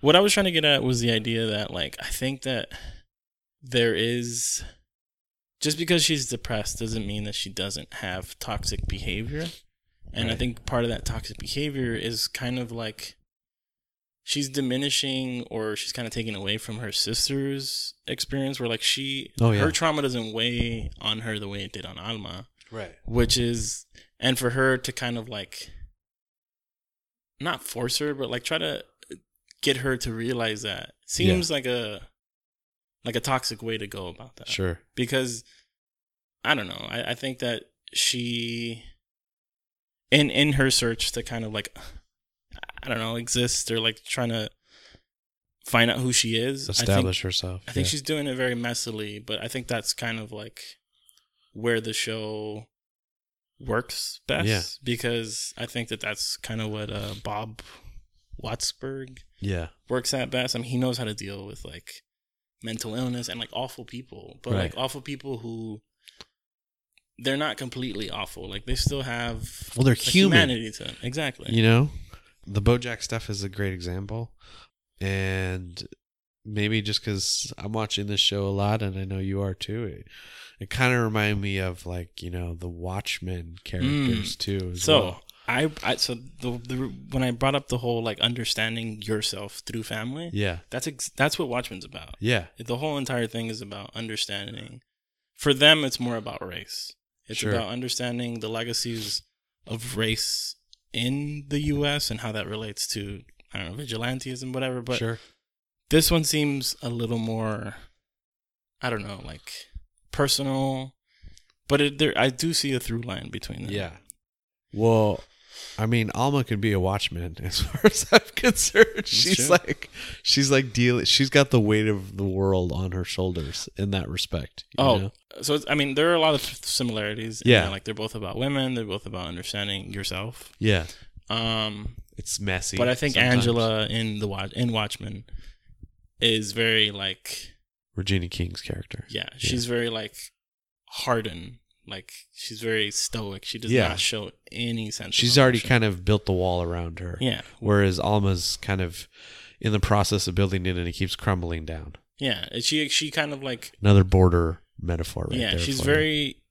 [SPEAKER 2] what I was trying to get at was the idea that like I think that there is just because she's depressed doesn't mean that she doesn't have toxic behavior. And I
[SPEAKER 3] Right.
[SPEAKER 2] think part of that toxic behavior is kind of like she's diminishing or she's kind of taking away from her sister's experience where like she
[SPEAKER 3] Oh, yeah.
[SPEAKER 2] her trauma doesn't weigh on her the way it did on Alma
[SPEAKER 3] right.
[SPEAKER 2] which is and for her to kind of like not force her but like try to get her to realize that seems like a like a toxic way to go about that
[SPEAKER 3] Sure.
[SPEAKER 2] because i don't know I, I think that she in in her search to kind of like i don't know exist or like trying to find out who she is I think
[SPEAKER 3] Establish herself.
[SPEAKER 2] I think
[SPEAKER 3] yeah.
[SPEAKER 2] she's doing it very messily, but I think that's kind of like where the show works best.
[SPEAKER 3] Yeah.
[SPEAKER 2] Because I think that that's kind of what uh, Bob Watsberg
[SPEAKER 3] yeah.
[SPEAKER 2] works at best. I mean, he knows how to deal with like mental illness and like awful people, but like
[SPEAKER 3] Right.
[SPEAKER 2] awful people who they're not completely awful. Like they still have
[SPEAKER 3] Well, they're
[SPEAKER 2] a
[SPEAKER 3] human.
[SPEAKER 2] humanity to them. Exactly.
[SPEAKER 3] You know, the BoJack stuff is a great example, and maybe just because I'm watching this show a lot, and I know you are too, it, it kind of reminded me of like you know the Watchmen characters too. as
[SPEAKER 2] Mm. So
[SPEAKER 3] well.
[SPEAKER 2] I, I so the, the when I brought up the whole like understanding yourself through family,
[SPEAKER 3] yeah,
[SPEAKER 2] That's ex- that's what Watchmen's about.
[SPEAKER 3] yeah,
[SPEAKER 2] The whole entire thing is about understanding. For them, it's more about race. It's
[SPEAKER 3] Sure.
[SPEAKER 2] about understanding the legacies of race in the U.S. and how that relates to I don't know vigilantism, whatever. But
[SPEAKER 3] sure,
[SPEAKER 2] this one seems a little more, I don't know, like personal. But it, there, I do see a through line between them.
[SPEAKER 3] yeah. Well. I mean, Alma could be a watchman <laughs> as far as I'm concerned. She's
[SPEAKER 2] true.
[SPEAKER 3] like, she's like dealing. She's got the weight of the world on her shoulders in that respect. you
[SPEAKER 2] Oh,
[SPEAKER 3] know?
[SPEAKER 2] so it's, I mean, there are a lot of similarities. in
[SPEAKER 3] Yeah.
[SPEAKER 2] that, like they're both about women. They're both about understanding yourself.
[SPEAKER 3] yeah,
[SPEAKER 2] Um,
[SPEAKER 3] it's messy.
[SPEAKER 2] But I think
[SPEAKER 3] sometimes.
[SPEAKER 2] Angela in the Watch in Watchmen is very like
[SPEAKER 3] Regina King's character.
[SPEAKER 2] yeah, she's very like hardened. Like she's very stoic. She does
[SPEAKER 3] Yeah.
[SPEAKER 2] not show any sense.
[SPEAKER 3] She's already kind of built the wall around her.
[SPEAKER 2] yeah,
[SPEAKER 3] Whereas Alma's kind of in the process of building it and it keeps crumbling down.
[SPEAKER 2] yeah. And She she kind of like
[SPEAKER 3] Another border metaphor right
[SPEAKER 2] yeah.
[SPEAKER 3] there.
[SPEAKER 2] She's
[SPEAKER 3] for you.
[SPEAKER 2] very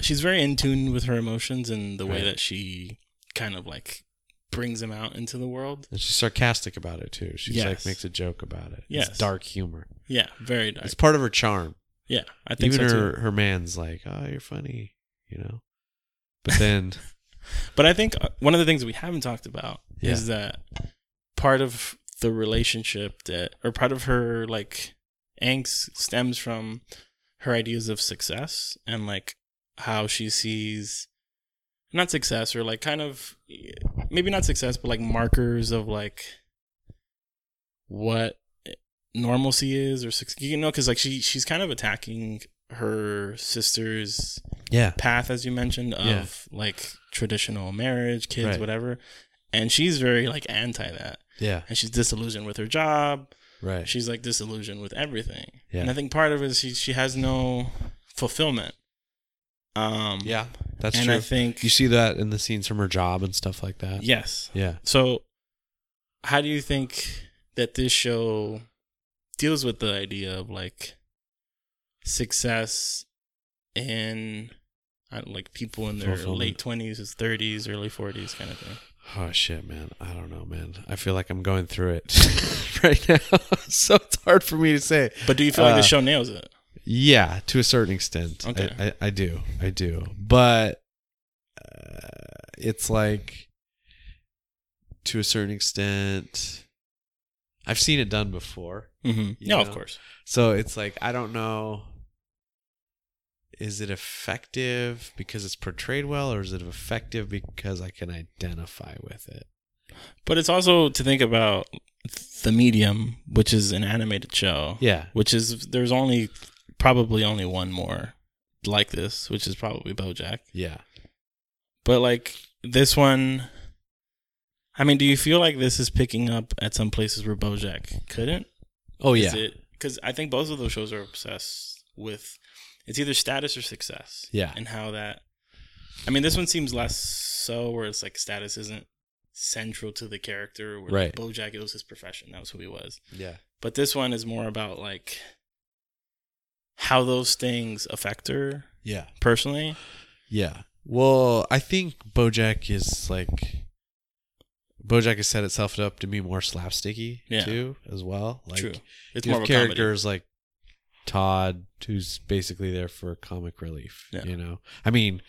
[SPEAKER 2] she's very in tune with her emotions and the way
[SPEAKER 3] Right.
[SPEAKER 2] that she kind of like brings them out into the world.
[SPEAKER 3] And she's sarcastic about it too. She's like
[SPEAKER 2] Yes.
[SPEAKER 3] makes a joke about it.
[SPEAKER 2] Yes.
[SPEAKER 3] It's dark humor.
[SPEAKER 2] Yeah, very dark.
[SPEAKER 3] It's part of her charm.
[SPEAKER 2] Yeah, I think
[SPEAKER 3] Even
[SPEAKER 2] so too.
[SPEAKER 3] her her man's like, "Oh, you're funny," you know. But
[SPEAKER 2] <laughs>
[SPEAKER 3] then
[SPEAKER 2] But I think uh, one of the things we haven't talked about
[SPEAKER 3] Yeah.
[SPEAKER 2] is that part of the relationship that, or part of her like angst stems from her ideas of success and like how she sees not success or like kind of maybe not success, but like markers of like what normalcy is or suc- you know because like she she's kind of attacking her sister's
[SPEAKER 3] yeah,
[SPEAKER 2] path as you mentioned of
[SPEAKER 3] Yeah.
[SPEAKER 2] like traditional marriage kids
[SPEAKER 3] Right.
[SPEAKER 2] whatever and she's very like anti that
[SPEAKER 3] yeah,
[SPEAKER 2] and she's disillusioned with her job
[SPEAKER 3] right.
[SPEAKER 2] she's like disillusioned with everything
[SPEAKER 3] Yeah.
[SPEAKER 2] and i think part of it is she, she has no fulfillment. Um,
[SPEAKER 3] Yeah, that's
[SPEAKER 2] and
[SPEAKER 3] true.
[SPEAKER 2] I think
[SPEAKER 3] you see that in the scenes from her job and stuff like that.
[SPEAKER 2] yes.
[SPEAKER 3] Yeah.
[SPEAKER 2] So, how do you think that this show deals with the idea of like success in I don't- like people in their
[SPEAKER 3] Fulfillment.
[SPEAKER 2] late twenties, his thirties, early forties, kind of thing?
[SPEAKER 3] Oh shit, man. I don't know, man. I feel like I'm going through it <laughs> right now. so it's hard for me to say.
[SPEAKER 2] But do you feel like the
[SPEAKER 3] Uh,
[SPEAKER 2] show nails it?
[SPEAKER 3] Yeah, to a certain extent. I-
[SPEAKER 2] Okay.
[SPEAKER 3] I, I, do. I do. But uh, it's like, to a certain extent, I've seen it done before.
[SPEAKER 2] Mm-hmm.
[SPEAKER 3] you
[SPEAKER 2] Yeah, of
[SPEAKER 3] know?
[SPEAKER 2] course.
[SPEAKER 3] So it's like, I don't know. Is it effective because it's portrayed well, or is it effective because I can identify with it?
[SPEAKER 2] But it's also to think about the medium, which is an animated show,
[SPEAKER 3] Yeah.
[SPEAKER 2] which is there's only probably only one more like this, which is probably BoJack.
[SPEAKER 3] Yeah.
[SPEAKER 2] But like this one, I mean, do you feel like this is picking up at some places where BoJack couldn't?
[SPEAKER 3] Oh, yeah.
[SPEAKER 2] Because I think both of those shows are obsessed with it's either status or success.
[SPEAKER 3] Yeah.
[SPEAKER 2] and how that. I mean, this one seems less so, where it's like status isn't central to the character. Where
[SPEAKER 3] Right.
[SPEAKER 2] BoJack, it was his profession. That was who he was.
[SPEAKER 3] Yeah.
[SPEAKER 2] But this one is more about like how those things affect her
[SPEAKER 3] Yeah.
[SPEAKER 2] personally.
[SPEAKER 3] Yeah. Well, I think BoJack is like BoJack has set itself up to be more slapsticky
[SPEAKER 2] Yeah.
[SPEAKER 3] too, as well. Like
[SPEAKER 2] True. It's
[SPEAKER 3] you
[SPEAKER 2] more
[SPEAKER 3] have
[SPEAKER 2] of a character.
[SPEAKER 3] characters like Todd, who's basically there for comic relief.
[SPEAKER 2] Yeah.
[SPEAKER 3] You know, I mean,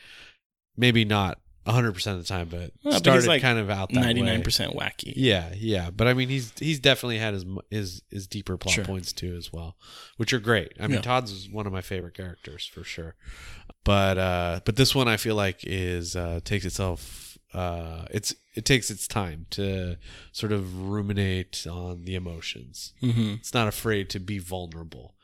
[SPEAKER 3] maybe not hundred percent of the time, but
[SPEAKER 2] Well, but he's,
[SPEAKER 3] started
[SPEAKER 2] like,
[SPEAKER 3] kind of out that way.
[SPEAKER 2] Ninety nine percent wacky.
[SPEAKER 3] Yeah, yeah, but I mean, he's he's definitely had his m- his his deeper plot
[SPEAKER 2] Sure.
[SPEAKER 3] points too as well, which are great. I mean,
[SPEAKER 2] Yeah.
[SPEAKER 3] Todd's is one of my favorite characters for sure, but uh, but this one I feel like is uh, takes itself uh, it's it takes its time to sort of ruminate on the emotions.
[SPEAKER 2] Mm-hmm.
[SPEAKER 3] It's not afraid to be vulnerable.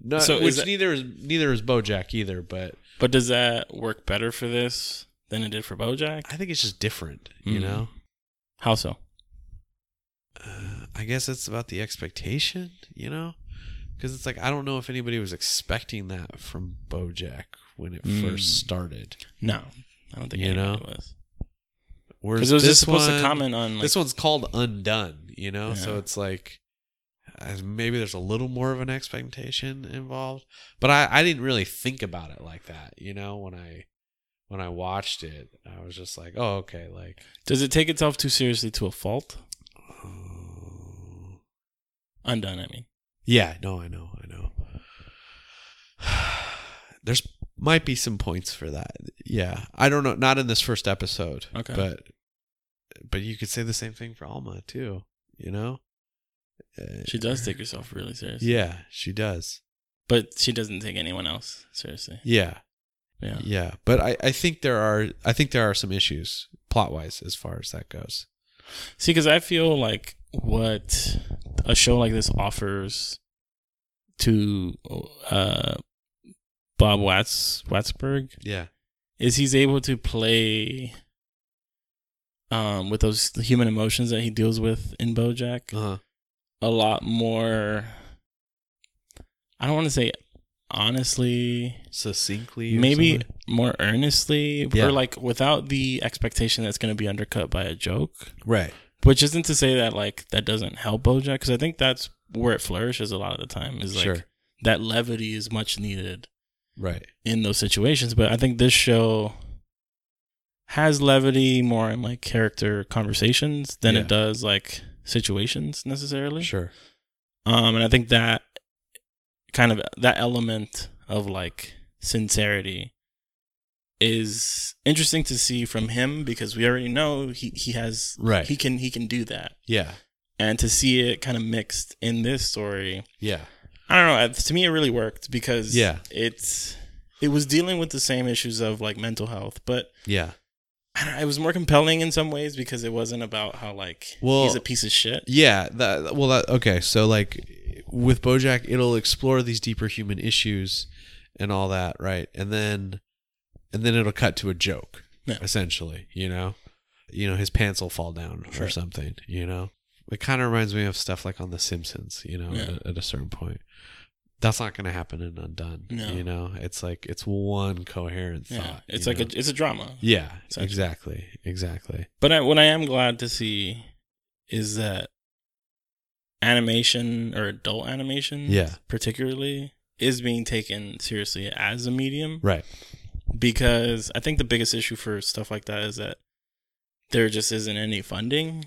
[SPEAKER 3] No,
[SPEAKER 2] So is
[SPEAKER 3] which
[SPEAKER 2] that-
[SPEAKER 3] neither is neither is BoJack either, but
[SPEAKER 2] But does that work better for this than it did for BoJack?
[SPEAKER 3] I think it's just different. You
[SPEAKER 2] Mm.
[SPEAKER 3] know,
[SPEAKER 2] How so?
[SPEAKER 3] uh, I guess it's about the expectation, you know, because it's like I don't know if anybody was expecting that from BoJack when it
[SPEAKER 2] Mm.
[SPEAKER 3] first started.
[SPEAKER 2] No, I don't think
[SPEAKER 3] You
[SPEAKER 2] you
[SPEAKER 3] know?
[SPEAKER 2] know it was
[SPEAKER 3] Whereas
[SPEAKER 2] because it was
[SPEAKER 3] this
[SPEAKER 2] just supposed
[SPEAKER 3] one-
[SPEAKER 2] to comment on like,
[SPEAKER 3] this one's called Undone, you know, so
[SPEAKER 2] Yeah.
[SPEAKER 3] it's like uh, maybe there's a little more of an expectation involved, but I I didn't really think about it like that, you know, when I when I watched it, I was just like, oh okay, like
[SPEAKER 2] Does it take itself too seriously to a fault?
[SPEAKER 3] oh.
[SPEAKER 2] Undone, I mean.
[SPEAKER 3] Yeah, no, I know, I know. <sighs> There's might be some points for that. Yeah, I don't know. Not in this first episode.
[SPEAKER 2] Okay.
[SPEAKER 3] but but you could say the same thing for Alma too. You know, Uh,
[SPEAKER 2] She
[SPEAKER 3] <sighs>
[SPEAKER 2] does take herself really seriously.
[SPEAKER 3] Yeah, she does.
[SPEAKER 2] But she doesn't take anyone else seriously.
[SPEAKER 3] Yeah,
[SPEAKER 2] Yeah.
[SPEAKER 3] yeah. But I I think there are I think there are some issues plot wise as far as that goes.
[SPEAKER 2] See, because I feel like what a show like this offers to uh, Bob Watts Watsberg
[SPEAKER 3] Yeah,
[SPEAKER 2] is he's able to play um, with those human emotions that he deals with in BoJack
[SPEAKER 3] uh-huh.
[SPEAKER 2] a lot more. I don't want to say honestly,
[SPEAKER 3] succinctly. or
[SPEAKER 2] maybe
[SPEAKER 3] something.
[SPEAKER 2] more earnestly,
[SPEAKER 3] Yeah.
[SPEAKER 2] or like without the expectation that's going to be undercut by a joke.
[SPEAKER 3] right.
[SPEAKER 2] Which isn't to say that like that doesn't help BoJack, because I think that's where it flourishes a lot of the time. Is like
[SPEAKER 3] Sure.
[SPEAKER 2] that levity is much needed
[SPEAKER 3] Right.
[SPEAKER 2] in those situations. But I think this show has levity more in like character conversations than
[SPEAKER 3] Yeah.
[SPEAKER 2] it does like situations necessarily.
[SPEAKER 3] Sure.
[SPEAKER 2] Um, and I think that kind of that element of like sincerity is interesting to see from him because we already know he he has
[SPEAKER 3] Right.
[SPEAKER 2] he can he can do that
[SPEAKER 3] Yeah.
[SPEAKER 2] and to see it kind of mixed in this story
[SPEAKER 3] Yeah.
[SPEAKER 2] i don't know to me it really worked because
[SPEAKER 3] Yeah.
[SPEAKER 2] it's it was dealing with the same issues of like mental health but
[SPEAKER 3] Yeah.
[SPEAKER 2] I don't know, it was more compelling in some ways because it wasn't about how like
[SPEAKER 3] Well-
[SPEAKER 2] he's a piece of shit
[SPEAKER 3] Yeah. That, well, that, okay. So, like with BoJack, it'll explore these deeper human issues and all that, right? And then, and then it'll cut to a joke,
[SPEAKER 2] Yeah.
[SPEAKER 3] essentially. You know, you know, his pants will fall down or
[SPEAKER 2] Sure.
[SPEAKER 3] something. You know, it kind of reminds me of stuff like on The Simpsons. You know,
[SPEAKER 2] Yeah.
[SPEAKER 3] at, at a certain point. that's not going to happen in Undone.
[SPEAKER 2] No.
[SPEAKER 3] You know, it's like it's one coherent
[SPEAKER 2] Yeah,
[SPEAKER 3] thought.
[SPEAKER 2] it's
[SPEAKER 3] you
[SPEAKER 2] like
[SPEAKER 3] know?
[SPEAKER 2] a it's a drama.
[SPEAKER 3] yeah,
[SPEAKER 2] Essentially.
[SPEAKER 3] exactly, exactly.
[SPEAKER 2] But I, what I am glad to see is that animation or adult animation,
[SPEAKER 3] Yeah.
[SPEAKER 2] particularly, is being taken seriously as a medium
[SPEAKER 3] Right.
[SPEAKER 2] because I think the biggest issue for stuff like that is that there just isn't any funding.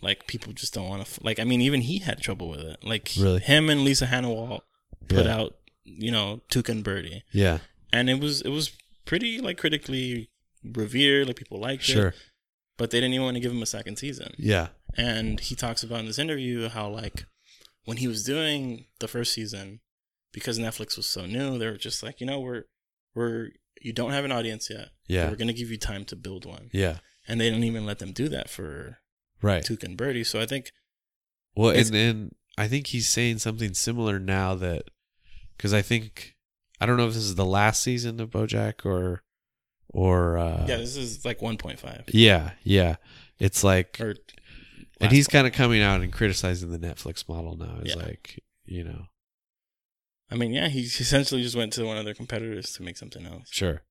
[SPEAKER 2] Like people just don't want to. Like I mean, even he had trouble with it. Like
[SPEAKER 3] Really?
[SPEAKER 2] him and Lisa Hannah Wall put
[SPEAKER 3] yeah.
[SPEAKER 2] out, you know, Tuca and Birdie,
[SPEAKER 3] Yeah.
[SPEAKER 2] and it was it was pretty like critically revered. Like people liked it,
[SPEAKER 3] Sure.
[SPEAKER 2] but they didn't even want to give him a second season.
[SPEAKER 3] Yeah.
[SPEAKER 2] And he talks about in this interview how like when he was doing the first season, because Netflix was so new, they were just like, you know, we're we're you don't have an audience yet. but
[SPEAKER 3] Yeah.
[SPEAKER 2] We're gonna give you time to build one.
[SPEAKER 3] Yeah.
[SPEAKER 2] And they didn't even let them do that for
[SPEAKER 3] Right.
[SPEAKER 2] Tuke and Birdie. So I think
[SPEAKER 3] Well,
[SPEAKER 2] It's-
[SPEAKER 3] and then I think he's saying something similar now that because I think I don't know if this is the last season of BoJack or or uh,
[SPEAKER 2] yeah, this is like one point five.
[SPEAKER 3] yeah, yeah. It's like,
[SPEAKER 2] Or
[SPEAKER 3] and he's kind of coming out and criticizing the Netflix model now. It's
[SPEAKER 2] Yeah.
[SPEAKER 3] like, you know,
[SPEAKER 2] I mean, yeah, he essentially just went to one of their competitors to make something else.
[SPEAKER 3] sure,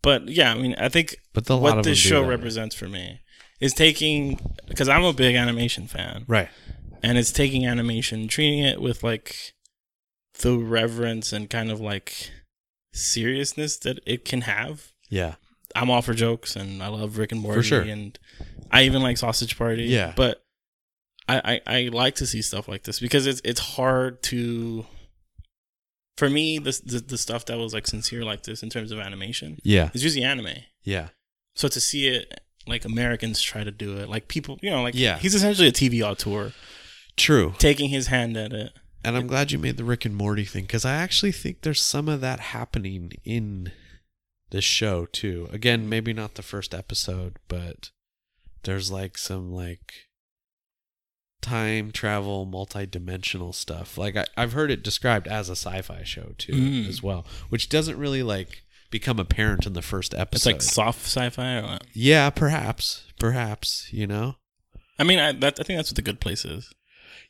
[SPEAKER 2] But yeah, I mean I think
[SPEAKER 3] but the lot
[SPEAKER 2] what
[SPEAKER 3] of
[SPEAKER 2] this
[SPEAKER 3] them do
[SPEAKER 2] show
[SPEAKER 3] that.
[SPEAKER 2] represents for me is taking because I'm a big animation fan.
[SPEAKER 3] right?
[SPEAKER 2] and it's taking animation, treating it with like the reverence and kind of like seriousness that it can have.
[SPEAKER 3] Yeah,
[SPEAKER 2] I'm all for jokes, and I love Rick and Morty,
[SPEAKER 3] sure.
[SPEAKER 2] and I even like Sausage Party.
[SPEAKER 3] Yeah.
[SPEAKER 2] but I, I I like to see stuff like this because it's it's hard to. For me, the, the the stuff that was like sincere like this in terms of animation
[SPEAKER 3] yeah,
[SPEAKER 2] is usually anime.
[SPEAKER 3] yeah,
[SPEAKER 2] So to see it like Americans try to do it, like people, you know, like
[SPEAKER 3] Yeah.
[SPEAKER 2] he's essentially a TV auteur
[SPEAKER 3] true.
[SPEAKER 2] taking his hand at it.
[SPEAKER 3] And I'm glad you made the Rick and Morty thing because I actually think there's some of that happening in this show too. Again, maybe not the first episode, but there's like some like time travel, multi-dimensional stuff. Like I, I've heard it described as a sci-fi show too,
[SPEAKER 2] Mm.
[SPEAKER 3] as well, which doesn't really like become apparent in the first
[SPEAKER 2] It's
[SPEAKER 3] episode.
[SPEAKER 2] like soft sci-fi. Or what?
[SPEAKER 3] yeah, perhaps, perhaps, you know,
[SPEAKER 2] I mean, I that, I think that's what the good place is.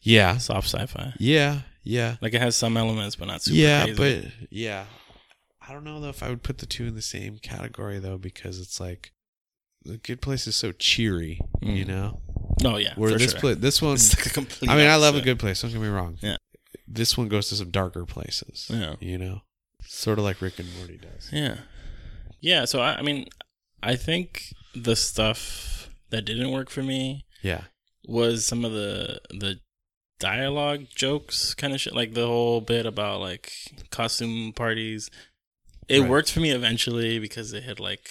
[SPEAKER 3] yeah,
[SPEAKER 2] Soft sci-fi.
[SPEAKER 3] yeah, yeah.
[SPEAKER 2] Like it has some elements, but not super.
[SPEAKER 3] yeah,
[SPEAKER 2] crazy.
[SPEAKER 3] but yeah, I don't know though if I would put the two in the same category though because it's like the good place is so cheery, you
[SPEAKER 2] Mm.
[SPEAKER 3] know.
[SPEAKER 2] no, yeah,
[SPEAKER 3] Where
[SPEAKER 2] for
[SPEAKER 3] this
[SPEAKER 2] sure.
[SPEAKER 3] pla- this one,
[SPEAKER 2] <laughs> It's like a complete.
[SPEAKER 3] I mean, I love a
[SPEAKER 2] opposite.
[SPEAKER 3] good place. Don't get me wrong.
[SPEAKER 2] Yeah.
[SPEAKER 3] this one goes to some darker places.
[SPEAKER 2] Yeah.
[SPEAKER 3] you know, sort of like Rick and Morty does.
[SPEAKER 2] Yeah, yeah. So I, I mean, I think the stuff that didn't work for me
[SPEAKER 3] Yeah,
[SPEAKER 2] was some of the the dialogue jokes kind of shit, like the whole bit about like costume parties. It
[SPEAKER 3] Right.
[SPEAKER 2] worked for me eventually because they had like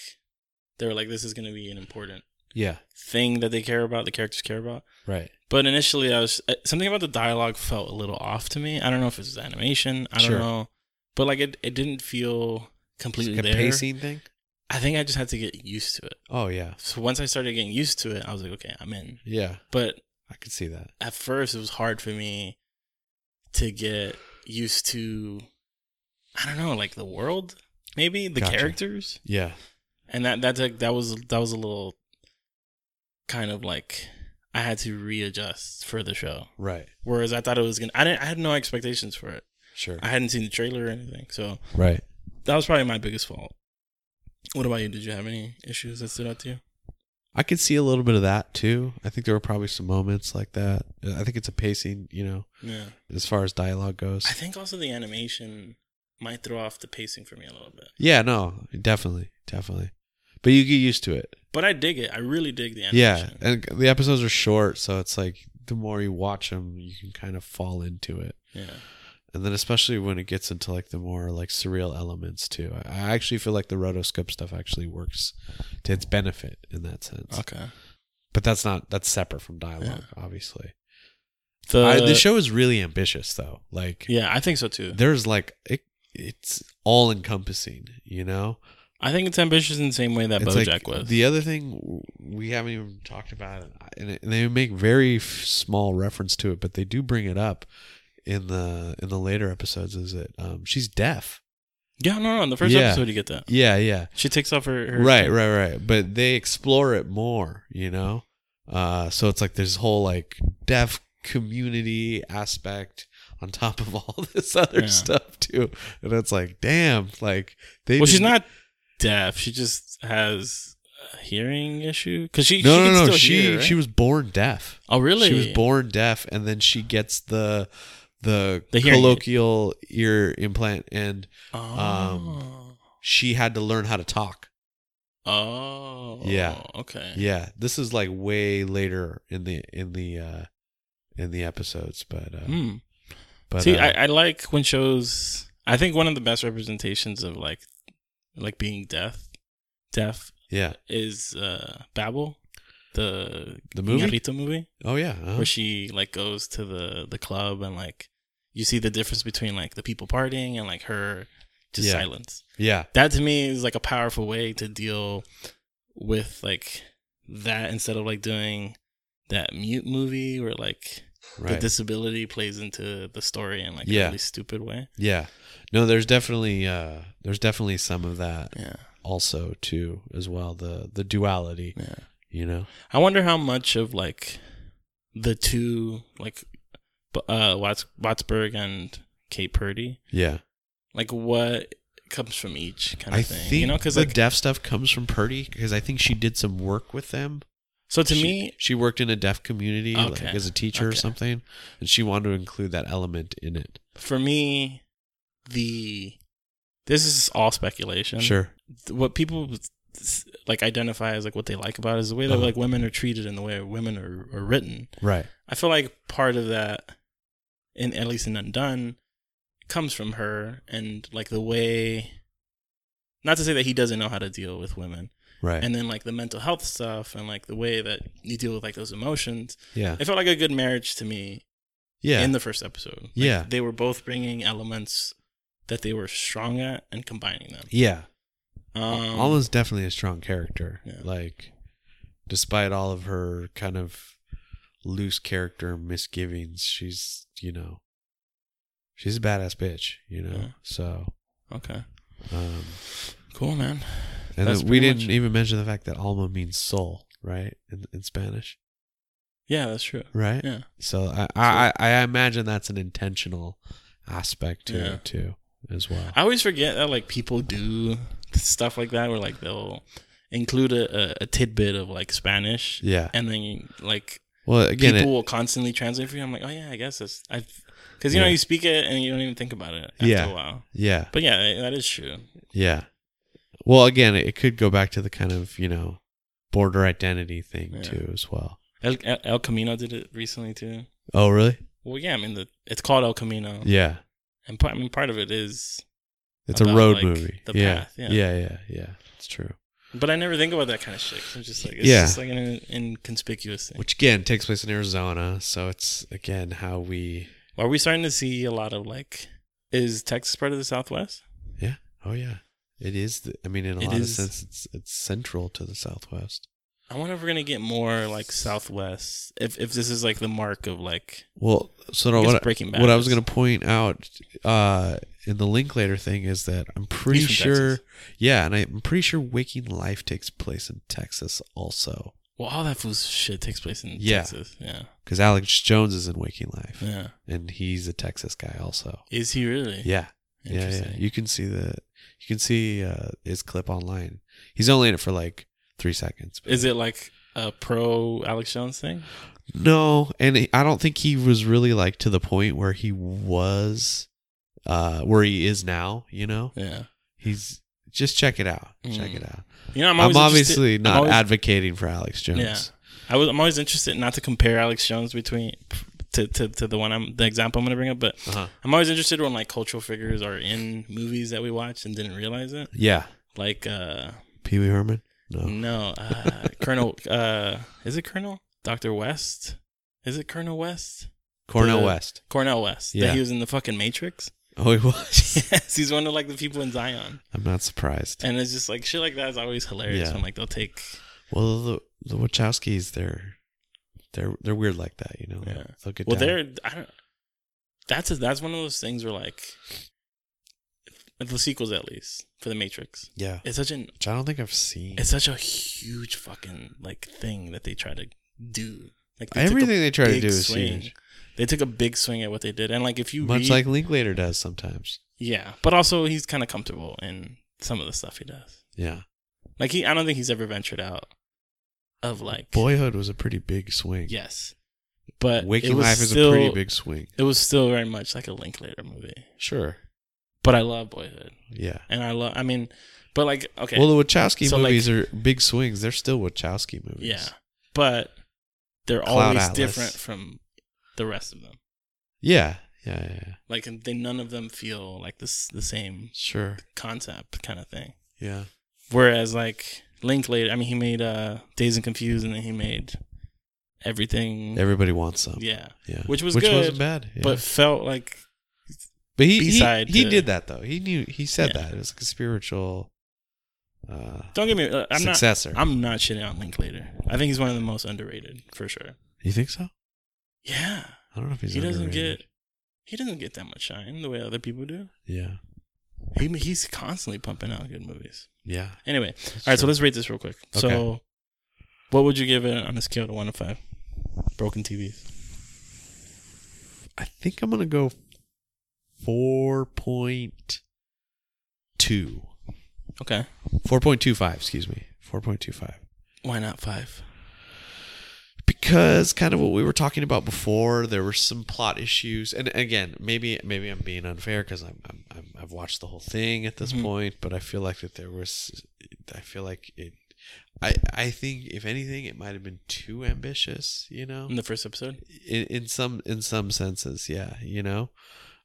[SPEAKER 2] they were like this is going to be an important
[SPEAKER 3] yeah,
[SPEAKER 2] thing that they care about, the characters care about.
[SPEAKER 3] right.
[SPEAKER 2] But initially, I was uh, something about the dialogue felt a little off to me. I don't know if it was animation. I
[SPEAKER 3] Sure.
[SPEAKER 2] don't know, but like it, it didn't feel completely
[SPEAKER 3] Like a
[SPEAKER 2] there.
[SPEAKER 3] pacing thing.
[SPEAKER 2] I think I just had to get used to it.
[SPEAKER 3] Oh yeah,
[SPEAKER 2] So once I started getting used to it, I was like, okay, I'm in.
[SPEAKER 3] yeah,
[SPEAKER 2] But
[SPEAKER 3] I could see that.
[SPEAKER 2] at first, it was hard for me to get used to. I don't know, like the world, maybe the
[SPEAKER 3] Gotcha.
[SPEAKER 2] characters,
[SPEAKER 3] Yeah,
[SPEAKER 2] and that that's like that was that was a little kind of like I had to readjust for the show.
[SPEAKER 3] right.
[SPEAKER 2] Whereas I thought it was gonna, I didn't, I had no expectations for it.
[SPEAKER 3] Sure.
[SPEAKER 2] I hadn't seen the trailer or anything, so
[SPEAKER 3] right.
[SPEAKER 2] that was probably my biggest fault. What about you? Did you have any issues that stood out to you?
[SPEAKER 3] I could see a little bit of that too. I think there were probably some moments like that. I think it's a pacing, you know,
[SPEAKER 2] Yeah,
[SPEAKER 3] as far as dialogue goes.
[SPEAKER 2] I think also the animation might throw off the pacing for me a little bit,
[SPEAKER 3] yeah, no, definitely, definitely. But you get used to it.
[SPEAKER 2] but I dig it. I really dig the
[SPEAKER 3] Yeah,
[SPEAKER 2] animation.
[SPEAKER 3] and the episodes are short, so it's like the more you watch them, you can kind of fall into it.
[SPEAKER 2] Yeah,
[SPEAKER 3] And then especially when it gets into like the more like surreal elements too. I I actually feel like the rotoscope stuff actually works to its benefit in that sense.
[SPEAKER 2] Okay.
[SPEAKER 3] But that's not that's separate from dialogue, obviously.
[SPEAKER 2] The,
[SPEAKER 3] I, the show is really ambitious though. Like
[SPEAKER 2] Yeah, I think so too.
[SPEAKER 3] there's like it, it's all encompassing, you know.
[SPEAKER 2] I think it's ambitious in the same way that
[SPEAKER 3] It's
[SPEAKER 2] BoJack
[SPEAKER 3] like
[SPEAKER 2] was.
[SPEAKER 3] the other thing we haven't even talked about, and it- and they make very f- small reference to it, but they do bring it up in the in the later episodes. Is that um, she's deaf?
[SPEAKER 2] yeah, no, no. In the first
[SPEAKER 3] Yeah.
[SPEAKER 2] episode, you get that.
[SPEAKER 3] Yeah, yeah,
[SPEAKER 2] She takes off her, her
[SPEAKER 3] right, right, right. But they explore it more, you know. Uh, so it's like this whole like deaf community aspect on top of <laughs> all this other
[SPEAKER 2] Yeah.
[SPEAKER 3] stuff too. And it's like, damn, like they.
[SPEAKER 2] Well, she's
[SPEAKER 3] didn't-
[SPEAKER 2] not deaf. She just has a hearing issue because
[SPEAKER 3] No,
[SPEAKER 2] she she can
[SPEAKER 3] no, no.
[SPEAKER 2] Still
[SPEAKER 3] She
[SPEAKER 2] hear, right?
[SPEAKER 3] she was born deaf.
[SPEAKER 2] oh really
[SPEAKER 3] She was born deaf, and then she gets the the,
[SPEAKER 2] The hearing aid.
[SPEAKER 3] colloquial ear implant, and
[SPEAKER 2] Oh.
[SPEAKER 3] um, she had to learn how to talk.
[SPEAKER 2] oh
[SPEAKER 3] Yeah.
[SPEAKER 2] okay
[SPEAKER 3] Yeah, this is like way later in the in the uh in the episodes, but uh,
[SPEAKER 2] Hmm.
[SPEAKER 3] but
[SPEAKER 2] See,
[SPEAKER 3] uh,
[SPEAKER 2] I, I like when shows. I think one of the best representations of like like being deaf, deaf
[SPEAKER 3] yeah,
[SPEAKER 2] is uh Babel, the
[SPEAKER 3] the movie.
[SPEAKER 2] Iñárritu movie,
[SPEAKER 3] Oh yeah, uh-huh.
[SPEAKER 2] where she like goes to the the club and like you see the difference between like the people partying and like her just
[SPEAKER 3] Yeah.
[SPEAKER 2] silence.
[SPEAKER 3] yeah,
[SPEAKER 2] That to me is like a powerful way to deal with like that instead of like doing that mute movie where like the
[SPEAKER 3] right.
[SPEAKER 2] disability plays into the story in like
[SPEAKER 3] Yeah.
[SPEAKER 2] a really stupid way.
[SPEAKER 3] yeah, no, there's definitely uh there's definitely some of that
[SPEAKER 2] Yeah.
[SPEAKER 3] also too as well the the duality,
[SPEAKER 2] Yeah.
[SPEAKER 3] you know.
[SPEAKER 2] I wonder how much of like the two like b- uh Watts Wattsburg and Kate Purdy
[SPEAKER 3] Yeah,
[SPEAKER 2] like what comes from each kind of
[SPEAKER 3] I
[SPEAKER 2] thing.
[SPEAKER 3] think
[SPEAKER 2] you know cuz
[SPEAKER 3] the
[SPEAKER 2] like
[SPEAKER 3] deaf stuff comes from Purdy because I think she did some work with them.
[SPEAKER 2] so to
[SPEAKER 3] she,
[SPEAKER 2] me
[SPEAKER 3] she worked in a deaf community
[SPEAKER 2] Okay.
[SPEAKER 3] like as a teacher or
[SPEAKER 2] Okay.
[SPEAKER 3] something, and she wanted to include that element in it.
[SPEAKER 2] for me the this is all speculation.
[SPEAKER 3] Sure.
[SPEAKER 2] What people s- like identify as like what they like about it is the way that
[SPEAKER 3] Uh-huh.
[SPEAKER 2] like women are treated and the way women are, are written.
[SPEAKER 3] Right.
[SPEAKER 2] I feel like part of that, in at least in Undone, comes from her and like the way. Not to say that he doesn't know how to deal with women,
[SPEAKER 3] Right.
[SPEAKER 2] and then like the mental health stuff and like the way that you deal with like those emotions.
[SPEAKER 3] yeah.
[SPEAKER 2] It felt like a good marriage to me
[SPEAKER 3] Yeah.
[SPEAKER 2] in the first episode. Like,
[SPEAKER 3] Yeah.
[SPEAKER 2] they were both bringing elements that they were strong at and combining them.
[SPEAKER 3] yeah.
[SPEAKER 2] Um,
[SPEAKER 3] Alma's definitely a strong character.
[SPEAKER 2] Yeah.
[SPEAKER 3] Like, despite all of her kind of loose character misgivings, she's you know, she's a badass bitch. You know.
[SPEAKER 2] Yeah.
[SPEAKER 3] So.
[SPEAKER 2] okay,
[SPEAKER 3] Um,
[SPEAKER 2] cool, man.
[SPEAKER 3] and
[SPEAKER 2] That's
[SPEAKER 3] then we
[SPEAKER 2] pretty
[SPEAKER 3] didn't
[SPEAKER 2] much-
[SPEAKER 3] even mention the fact that Alma means soul, right? In, in Spanish,
[SPEAKER 2] Yeah, that's true.
[SPEAKER 3] right?
[SPEAKER 2] Yeah,
[SPEAKER 3] So I, I, I I imagine that's an intentional aspect to
[SPEAKER 2] Yeah.
[SPEAKER 3] it too, as well.
[SPEAKER 2] I always forget that like people do stuff like that where like they'll include a, a, a tidbit of like Spanish
[SPEAKER 3] yeah.
[SPEAKER 2] and then like
[SPEAKER 3] Well, again,
[SPEAKER 2] people
[SPEAKER 3] it,
[SPEAKER 2] will constantly translate for you. I'm like, oh yeah, I guess that's I because you know
[SPEAKER 3] Yeah.
[SPEAKER 2] you speak it and you don't even think about it after
[SPEAKER 3] Yeah.
[SPEAKER 2] a while.
[SPEAKER 3] yeah,
[SPEAKER 2] But yeah, that is true.
[SPEAKER 3] yeah. Well, again, it could go back to the kind of you know border identity thing
[SPEAKER 2] Yeah.
[SPEAKER 3] too, as well.
[SPEAKER 2] El, El, El Camino did it recently too.
[SPEAKER 3] Oh, really?
[SPEAKER 2] Well, yeah, I mean the it's called El Camino,
[SPEAKER 3] Yeah.
[SPEAKER 2] and part, I mean part of it is,
[SPEAKER 3] It's a
[SPEAKER 2] About,
[SPEAKER 3] road
[SPEAKER 2] like,
[SPEAKER 3] movie.
[SPEAKER 2] the
[SPEAKER 3] yeah.
[SPEAKER 2] path, yeah.
[SPEAKER 3] yeah, yeah, yeah. It's true.
[SPEAKER 2] but I never think about that kind of shit. 'cause I'm just like, it's
[SPEAKER 3] Yeah.
[SPEAKER 2] just like an inconspicuous thing.
[SPEAKER 3] Which again takes place in Arizona, so it's again how we.
[SPEAKER 2] Are we starting to see a lot of like, is Texas part of the Southwest?
[SPEAKER 3] Oh yeah, it is. The, I mean, in a
[SPEAKER 2] It
[SPEAKER 3] lot
[SPEAKER 2] is-
[SPEAKER 3] of sense, it's it's central to the Southwest.
[SPEAKER 2] I wonder if we're gonna get more like Southwest. If if this is like the mark of like
[SPEAKER 3] Well, so
[SPEAKER 2] I
[SPEAKER 3] no,
[SPEAKER 2] guess
[SPEAKER 3] what I-
[SPEAKER 2] Breaking Bad.
[SPEAKER 3] what I was
[SPEAKER 2] is-
[SPEAKER 3] going to point out uh, in the Linklater thing is that I'm pretty
[SPEAKER 2] He's from
[SPEAKER 3] sure,
[SPEAKER 2] Texas.
[SPEAKER 3] yeah, and I, I'm pretty sure Waking Life takes place in Texas also,
[SPEAKER 2] well, all that fool shit takes place in
[SPEAKER 3] Yeah.
[SPEAKER 2] Texas. Yeah,
[SPEAKER 3] because Alex Jones is in Waking Life,
[SPEAKER 2] yeah.
[SPEAKER 3] and he's a Texas guy also.
[SPEAKER 2] Is he really?
[SPEAKER 3] Yeah, yeah, yeah.
[SPEAKER 2] Interesting.
[SPEAKER 3] You can see the, you can see uh, his clip online. He's only in it for like three seconds. but-
[SPEAKER 2] Is it like a pro Alex Jones thing?
[SPEAKER 3] No, and he- I don't think he was really like to the point where he was, uh, where he is now. You know,
[SPEAKER 2] Yeah.
[SPEAKER 3] he's just check it out. Check
[SPEAKER 2] Mm.
[SPEAKER 3] it out.
[SPEAKER 2] You know, I'm,
[SPEAKER 3] I'm,
[SPEAKER 2] always interested-
[SPEAKER 3] obviously not
[SPEAKER 2] always-
[SPEAKER 3] advocating for Alex Jones.
[SPEAKER 2] Yeah. I was. I'm always interested not to compare Alex Jones between to, to, to the one I'm the example I'm gonna bring up, but
[SPEAKER 3] Uh-huh.
[SPEAKER 2] I'm always interested when like cultural figures are in movies that we watch and didn't realize it.
[SPEAKER 3] Yeah.
[SPEAKER 2] Like uh
[SPEAKER 3] Pee Wee Herman? No.
[SPEAKER 2] No, uh, Colonel. Uh, is it Colonel Doctor West? Is it Colonel West?
[SPEAKER 3] Cornel
[SPEAKER 2] the-
[SPEAKER 3] West.
[SPEAKER 2] Cornell West. Yeah,
[SPEAKER 3] Yeah.
[SPEAKER 2] he was in the fucking
[SPEAKER 3] <laughs>
[SPEAKER 2] Matrix.
[SPEAKER 3] Oh, he was.
[SPEAKER 2] yes, he's one of like the people in Zion,
[SPEAKER 3] I'm not surprised.
[SPEAKER 2] and it's just like shit like that is always hilarious.
[SPEAKER 3] Yeah.
[SPEAKER 2] When like they'll take
[SPEAKER 3] Well, the, the Wachowskis, they're, they're, they're weird like that, you know?
[SPEAKER 2] Yeah.
[SPEAKER 3] They'll get
[SPEAKER 2] well,
[SPEAKER 3] down.
[SPEAKER 2] they're I don't. That's a, that's one of those things where like the sequels at least for the Matrix.
[SPEAKER 3] Yeah.
[SPEAKER 2] It's such an
[SPEAKER 3] Which I don't think I've seen.
[SPEAKER 2] it's such a huge fucking like thing that they try to do Like they took a
[SPEAKER 3] Everything they try to
[SPEAKER 2] big
[SPEAKER 3] do is
[SPEAKER 2] swing.
[SPEAKER 3] huge,
[SPEAKER 2] They took a big swing at what they did, and like if you
[SPEAKER 3] much
[SPEAKER 2] read,
[SPEAKER 3] like Linklater does sometimes.
[SPEAKER 2] yeah, but also he's kind of comfortable in some of the stuff he does.
[SPEAKER 3] Yeah,
[SPEAKER 2] Like he, I don't think he's ever ventured out of like
[SPEAKER 3] Boyhood was a pretty big swing.
[SPEAKER 2] Yes, but
[SPEAKER 3] Waking
[SPEAKER 2] it was
[SPEAKER 3] Life is
[SPEAKER 2] still,
[SPEAKER 3] a pretty big swing.
[SPEAKER 2] It was still very much like a Linklater movie,
[SPEAKER 3] Sure.
[SPEAKER 2] but I love Boyhood,
[SPEAKER 3] Yeah.
[SPEAKER 2] and I love. I mean, but like okay,
[SPEAKER 3] Well, the Wachowski
[SPEAKER 2] So, like-
[SPEAKER 3] movies are big swings. They're still Wachowski movies.
[SPEAKER 2] yeah, but they're
[SPEAKER 3] Cloud
[SPEAKER 2] always
[SPEAKER 3] Atlas.
[SPEAKER 2] different from the rest of them.
[SPEAKER 3] Yeah. Yeah. Yeah. yeah.
[SPEAKER 2] Like and they, none of them feel like this the same
[SPEAKER 3] Sure.
[SPEAKER 2] concept kind of thing.
[SPEAKER 3] Yeah.
[SPEAKER 2] Whereas like Linklater, I mean, he made uh Days and Confused, and then he made everything.
[SPEAKER 3] Everybody wants some. Yeah.
[SPEAKER 2] yeah, Which was
[SPEAKER 3] Which
[SPEAKER 2] good,
[SPEAKER 3] wasn't bad. yeah.
[SPEAKER 2] but felt like
[SPEAKER 3] But he
[SPEAKER 2] B-side
[SPEAKER 3] he, he
[SPEAKER 2] to-
[SPEAKER 3] did that though. He knew he said
[SPEAKER 2] Yeah.
[SPEAKER 3] that it was like a spiritual uh,
[SPEAKER 2] don't get me. Uh, I'm not.
[SPEAKER 3] successor.
[SPEAKER 2] I'm not shitting on Linklater. I think he's one of the most underrated for sure.
[SPEAKER 3] you think so?
[SPEAKER 2] Yeah,
[SPEAKER 3] I don't know if he's
[SPEAKER 2] he doesn't
[SPEAKER 3] underrated.
[SPEAKER 2] get he doesn't get that much shine the way other people do.
[SPEAKER 3] yeah
[SPEAKER 2] He he's constantly pumping out good movies.
[SPEAKER 3] yeah.
[SPEAKER 2] Anyway, all right, so let's rate this real quick. So,
[SPEAKER 3] Okay.
[SPEAKER 2] what would you give it on a scale to one to five? Broken TVs.
[SPEAKER 3] I think I'm gonna go four point two.
[SPEAKER 2] Okay,
[SPEAKER 3] Four point two five. Excuse me. Four point two five.
[SPEAKER 2] why not five?
[SPEAKER 3] because kind of what we were talking about before there were some plot issues and again maybe maybe i'm being unfair because I'm, I'm, I'm i've watched the whole thing at this
[SPEAKER 2] Mhm.
[SPEAKER 3] point but i feel like that there was i feel like it i i think if anything it might have been too ambitious you know
[SPEAKER 2] In the first episode.
[SPEAKER 3] in, in some in some senses yeah you know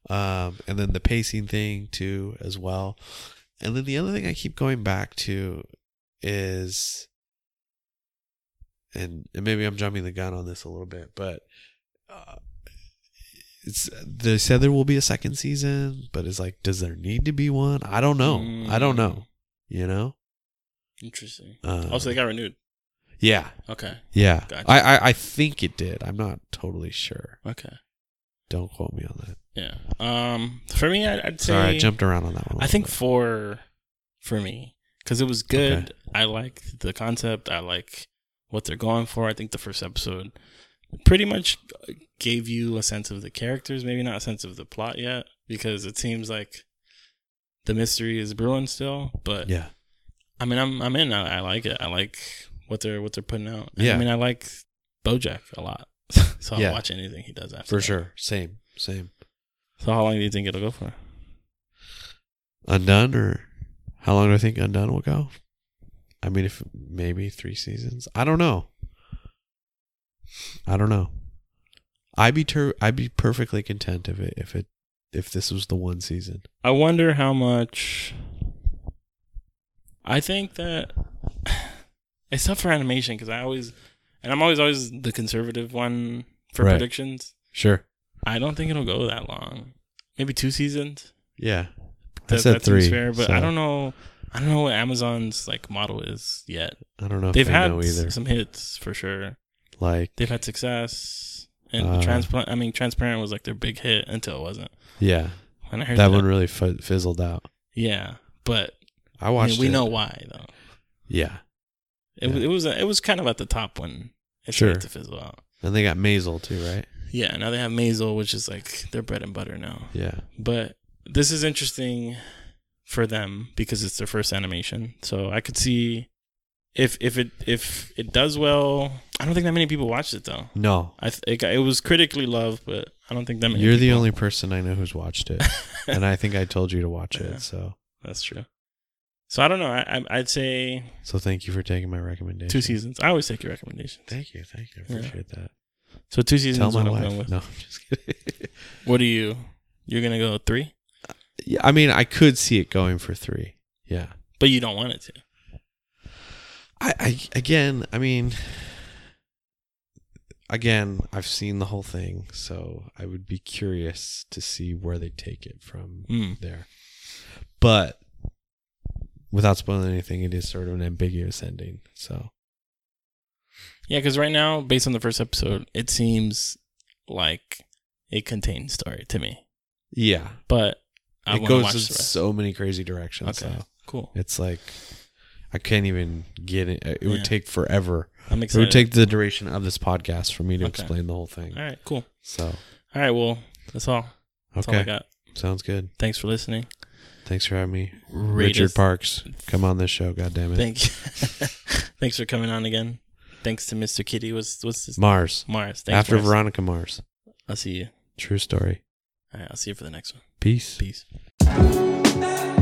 [SPEAKER 3] um and then the pacing thing too as well and then the other thing i keep going back to is and, and maybe i'm jumping the gun on this a little bit but uh, it's they said there will be a second season but it's like does there need to be one i don't know i don't know you know
[SPEAKER 2] Hmm. Interesting.
[SPEAKER 3] um,
[SPEAKER 2] Mm. Also, Oh, they got renewed.
[SPEAKER 3] yeah
[SPEAKER 2] Okay.
[SPEAKER 3] yeah
[SPEAKER 2] Gotcha.
[SPEAKER 3] I, I i think it did i'm not totally sure
[SPEAKER 2] Okay.
[SPEAKER 3] don't quote me on that
[SPEAKER 2] Yeah. Um. For me, I'd, I'd say.
[SPEAKER 3] Sorry, I jumped around on that one. a
[SPEAKER 2] I
[SPEAKER 3] little
[SPEAKER 2] think
[SPEAKER 3] bit.
[SPEAKER 2] four for me because it was good.
[SPEAKER 3] Okay.
[SPEAKER 2] I liked the concept. I like what they're going for. I think the first episode pretty much gave you a sense of the characters, maybe not a sense of the plot yet, because it seems like the mystery is brewing still. But
[SPEAKER 3] yeah,
[SPEAKER 2] I mean, I'm I'm in. I, I like it. I like what they're what they're putting out. And
[SPEAKER 3] Yeah.
[SPEAKER 2] I mean, I like BoJack a lot, <laughs> so I'll
[SPEAKER 3] Yeah.
[SPEAKER 2] watch anything he does after
[SPEAKER 3] for
[SPEAKER 2] that.
[SPEAKER 3] sure. Same, same.
[SPEAKER 2] So how long do you think it'll go for?
[SPEAKER 3] Undone or how long do I think Undone will go? I mean, if maybe three seasons. I don't know. I don't know. I'd be ter- I'd be perfectly content if it if it if this was the one season.
[SPEAKER 2] I wonder how much. I think that <sighs> it's tough for animation because I always, and I'm always always the conservative one for
[SPEAKER 3] Right.
[SPEAKER 2] predictions.
[SPEAKER 3] Sure.
[SPEAKER 2] I don't think it'll go that long. Maybe two seasons.
[SPEAKER 3] Yeah. I
[SPEAKER 2] That,
[SPEAKER 3] said
[SPEAKER 2] that
[SPEAKER 3] three,
[SPEAKER 2] seems fair, but
[SPEAKER 3] so-
[SPEAKER 2] I don't know. I don't know what Amazon's like model is yet.
[SPEAKER 3] I don't know if
[SPEAKER 2] They've
[SPEAKER 3] they
[SPEAKER 2] had
[SPEAKER 3] know
[SPEAKER 2] s-
[SPEAKER 3] either.
[SPEAKER 2] some hits for sure.
[SPEAKER 3] Like
[SPEAKER 2] They've had success, and
[SPEAKER 3] Uh,
[SPEAKER 2] transplant. I mean, Transparent was like their big hit until it wasn't.
[SPEAKER 3] yeah,
[SPEAKER 2] When I heard
[SPEAKER 3] that one really f- fizzled out.
[SPEAKER 2] yeah. But
[SPEAKER 3] I
[SPEAKER 2] I
[SPEAKER 3] watched.
[SPEAKER 2] mean, we
[SPEAKER 3] it.
[SPEAKER 2] know why though.
[SPEAKER 3] Yeah,
[SPEAKER 2] It, was
[SPEAKER 3] Yeah.
[SPEAKER 2] it was it was kind of at the top when it
[SPEAKER 3] Sure.
[SPEAKER 2] started to fizzle out.
[SPEAKER 3] and they got Maisel too, right?
[SPEAKER 2] Yeah, now they have Maisel, which is like their bread and butter now.
[SPEAKER 3] Yeah.
[SPEAKER 2] But this is interesting for them because it's their first animation. So I could see if if it if it does well. I don't think that many people watched it though.
[SPEAKER 3] No,
[SPEAKER 2] I th- it, got- it was critically loved, but I don't think that many.
[SPEAKER 3] You're the
[SPEAKER 2] people-
[SPEAKER 3] only person I know who's watched
[SPEAKER 2] <laughs>
[SPEAKER 3] it, and I think I told you to watch it. So,
[SPEAKER 2] That's true. So I don't know. I, I I'd say
[SPEAKER 3] so thank you for taking my recommendation.
[SPEAKER 2] two seasons. I always take your recommendations.
[SPEAKER 3] Thank you, thank you. I
[SPEAKER 2] Yeah.
[SPEAKER 3] appreciate that.
[SPEAKER 2] So two seasons.
[SPEAKER 3] Tell
[SPEAKER 2] is
[SPEAKER 3] my
[SPEAKER 2] what I'm
[SPEAKER 3] wife.
[SPEAKER 2] going with.
[SPEAKER 3] No, I'm just kidding. <laughs>
[SPEAKER 2] What do you? You're gonna go three,
[SPEAKER 3] yeah, I mean, I could see it going for three. Yeah.
[SPEAKER 2] but you don't want it to.
[SPEAKER 3] I, I again, I mean, again, I've seen the whole thing, so I would be curious to see where they take it from
[SPEAKER 2] Hmm.
[SPEAKER 3] there. But without spoiling anything, it is sort of an ambiguous ending. So,
[SPEAKER 2] Yeah, because right now, based on the first episode, it seems like a contained story to me.
[SPEAKER 3] yeah.
[SPEAKER 2] But I
[SPEAKER 3] it
[SPEAKER 2] want to
[SPEAKER 3] goes
[SPEAKER 2] watch
[SPEAKER 3] in
[SPEAKER 2] the rest.
[SPEAKER 3] so many crazy directions.
[SPEAKER 2] Okay,
[SPEAKER 3] So
[SPEAKER 2] cool.
[SPEAKER 3] it's like I can't even get it. It
[SPEAKER 2] Yeah.
[SPEAKER 3] would take forever.
[SPEAKER 2] I'm
[SPEAKER 3] It
[SPEAKER 2] excited.
[SPEAKER 3] would take the duration of this podcast for me to
[SPEAKER 2] Okay.
[SPEAKER 3] explain the whole thing.
[SPEAKER 2] all right, cool.
[SPEAKER 3] So,
[SPEAKER 2] All right, well, that's all. That's all I
[SPEAKER 3] okay.
[SPEAKER 2] got.
[SPEAKER 3] Sounds good.
[SPEAKER 2] Thanks for listening.
[SPEAKER 3] Thanks for having me.
[SPEAKER 2] Rate
[SPEAKER 3] Richard
[SPEAKER 2] us.
[SPEAKER 3] Parks, come on this show. God damn it.
[SPEAKER 2] Thank <laughs> Thanks for coming on again. Thanks to Mr. Kitty. What's what's his
[SPEAKER 3] Mars.
[SPEAKER 2] Mars? Thanks,
[SPEAKER 3] After
[SPEAKER 2] Mars.
[SPEAKER 3] Veronica Mars.
[SPEAKER 2] I'll see you.
[SPEAKER 3] True story.
[SPEAKER 2] All right, I'll see you for the next one.
[SPEAKER 3] Peace.
[SPEAKER 2] Peace.
[SPEAKER 4] Hey!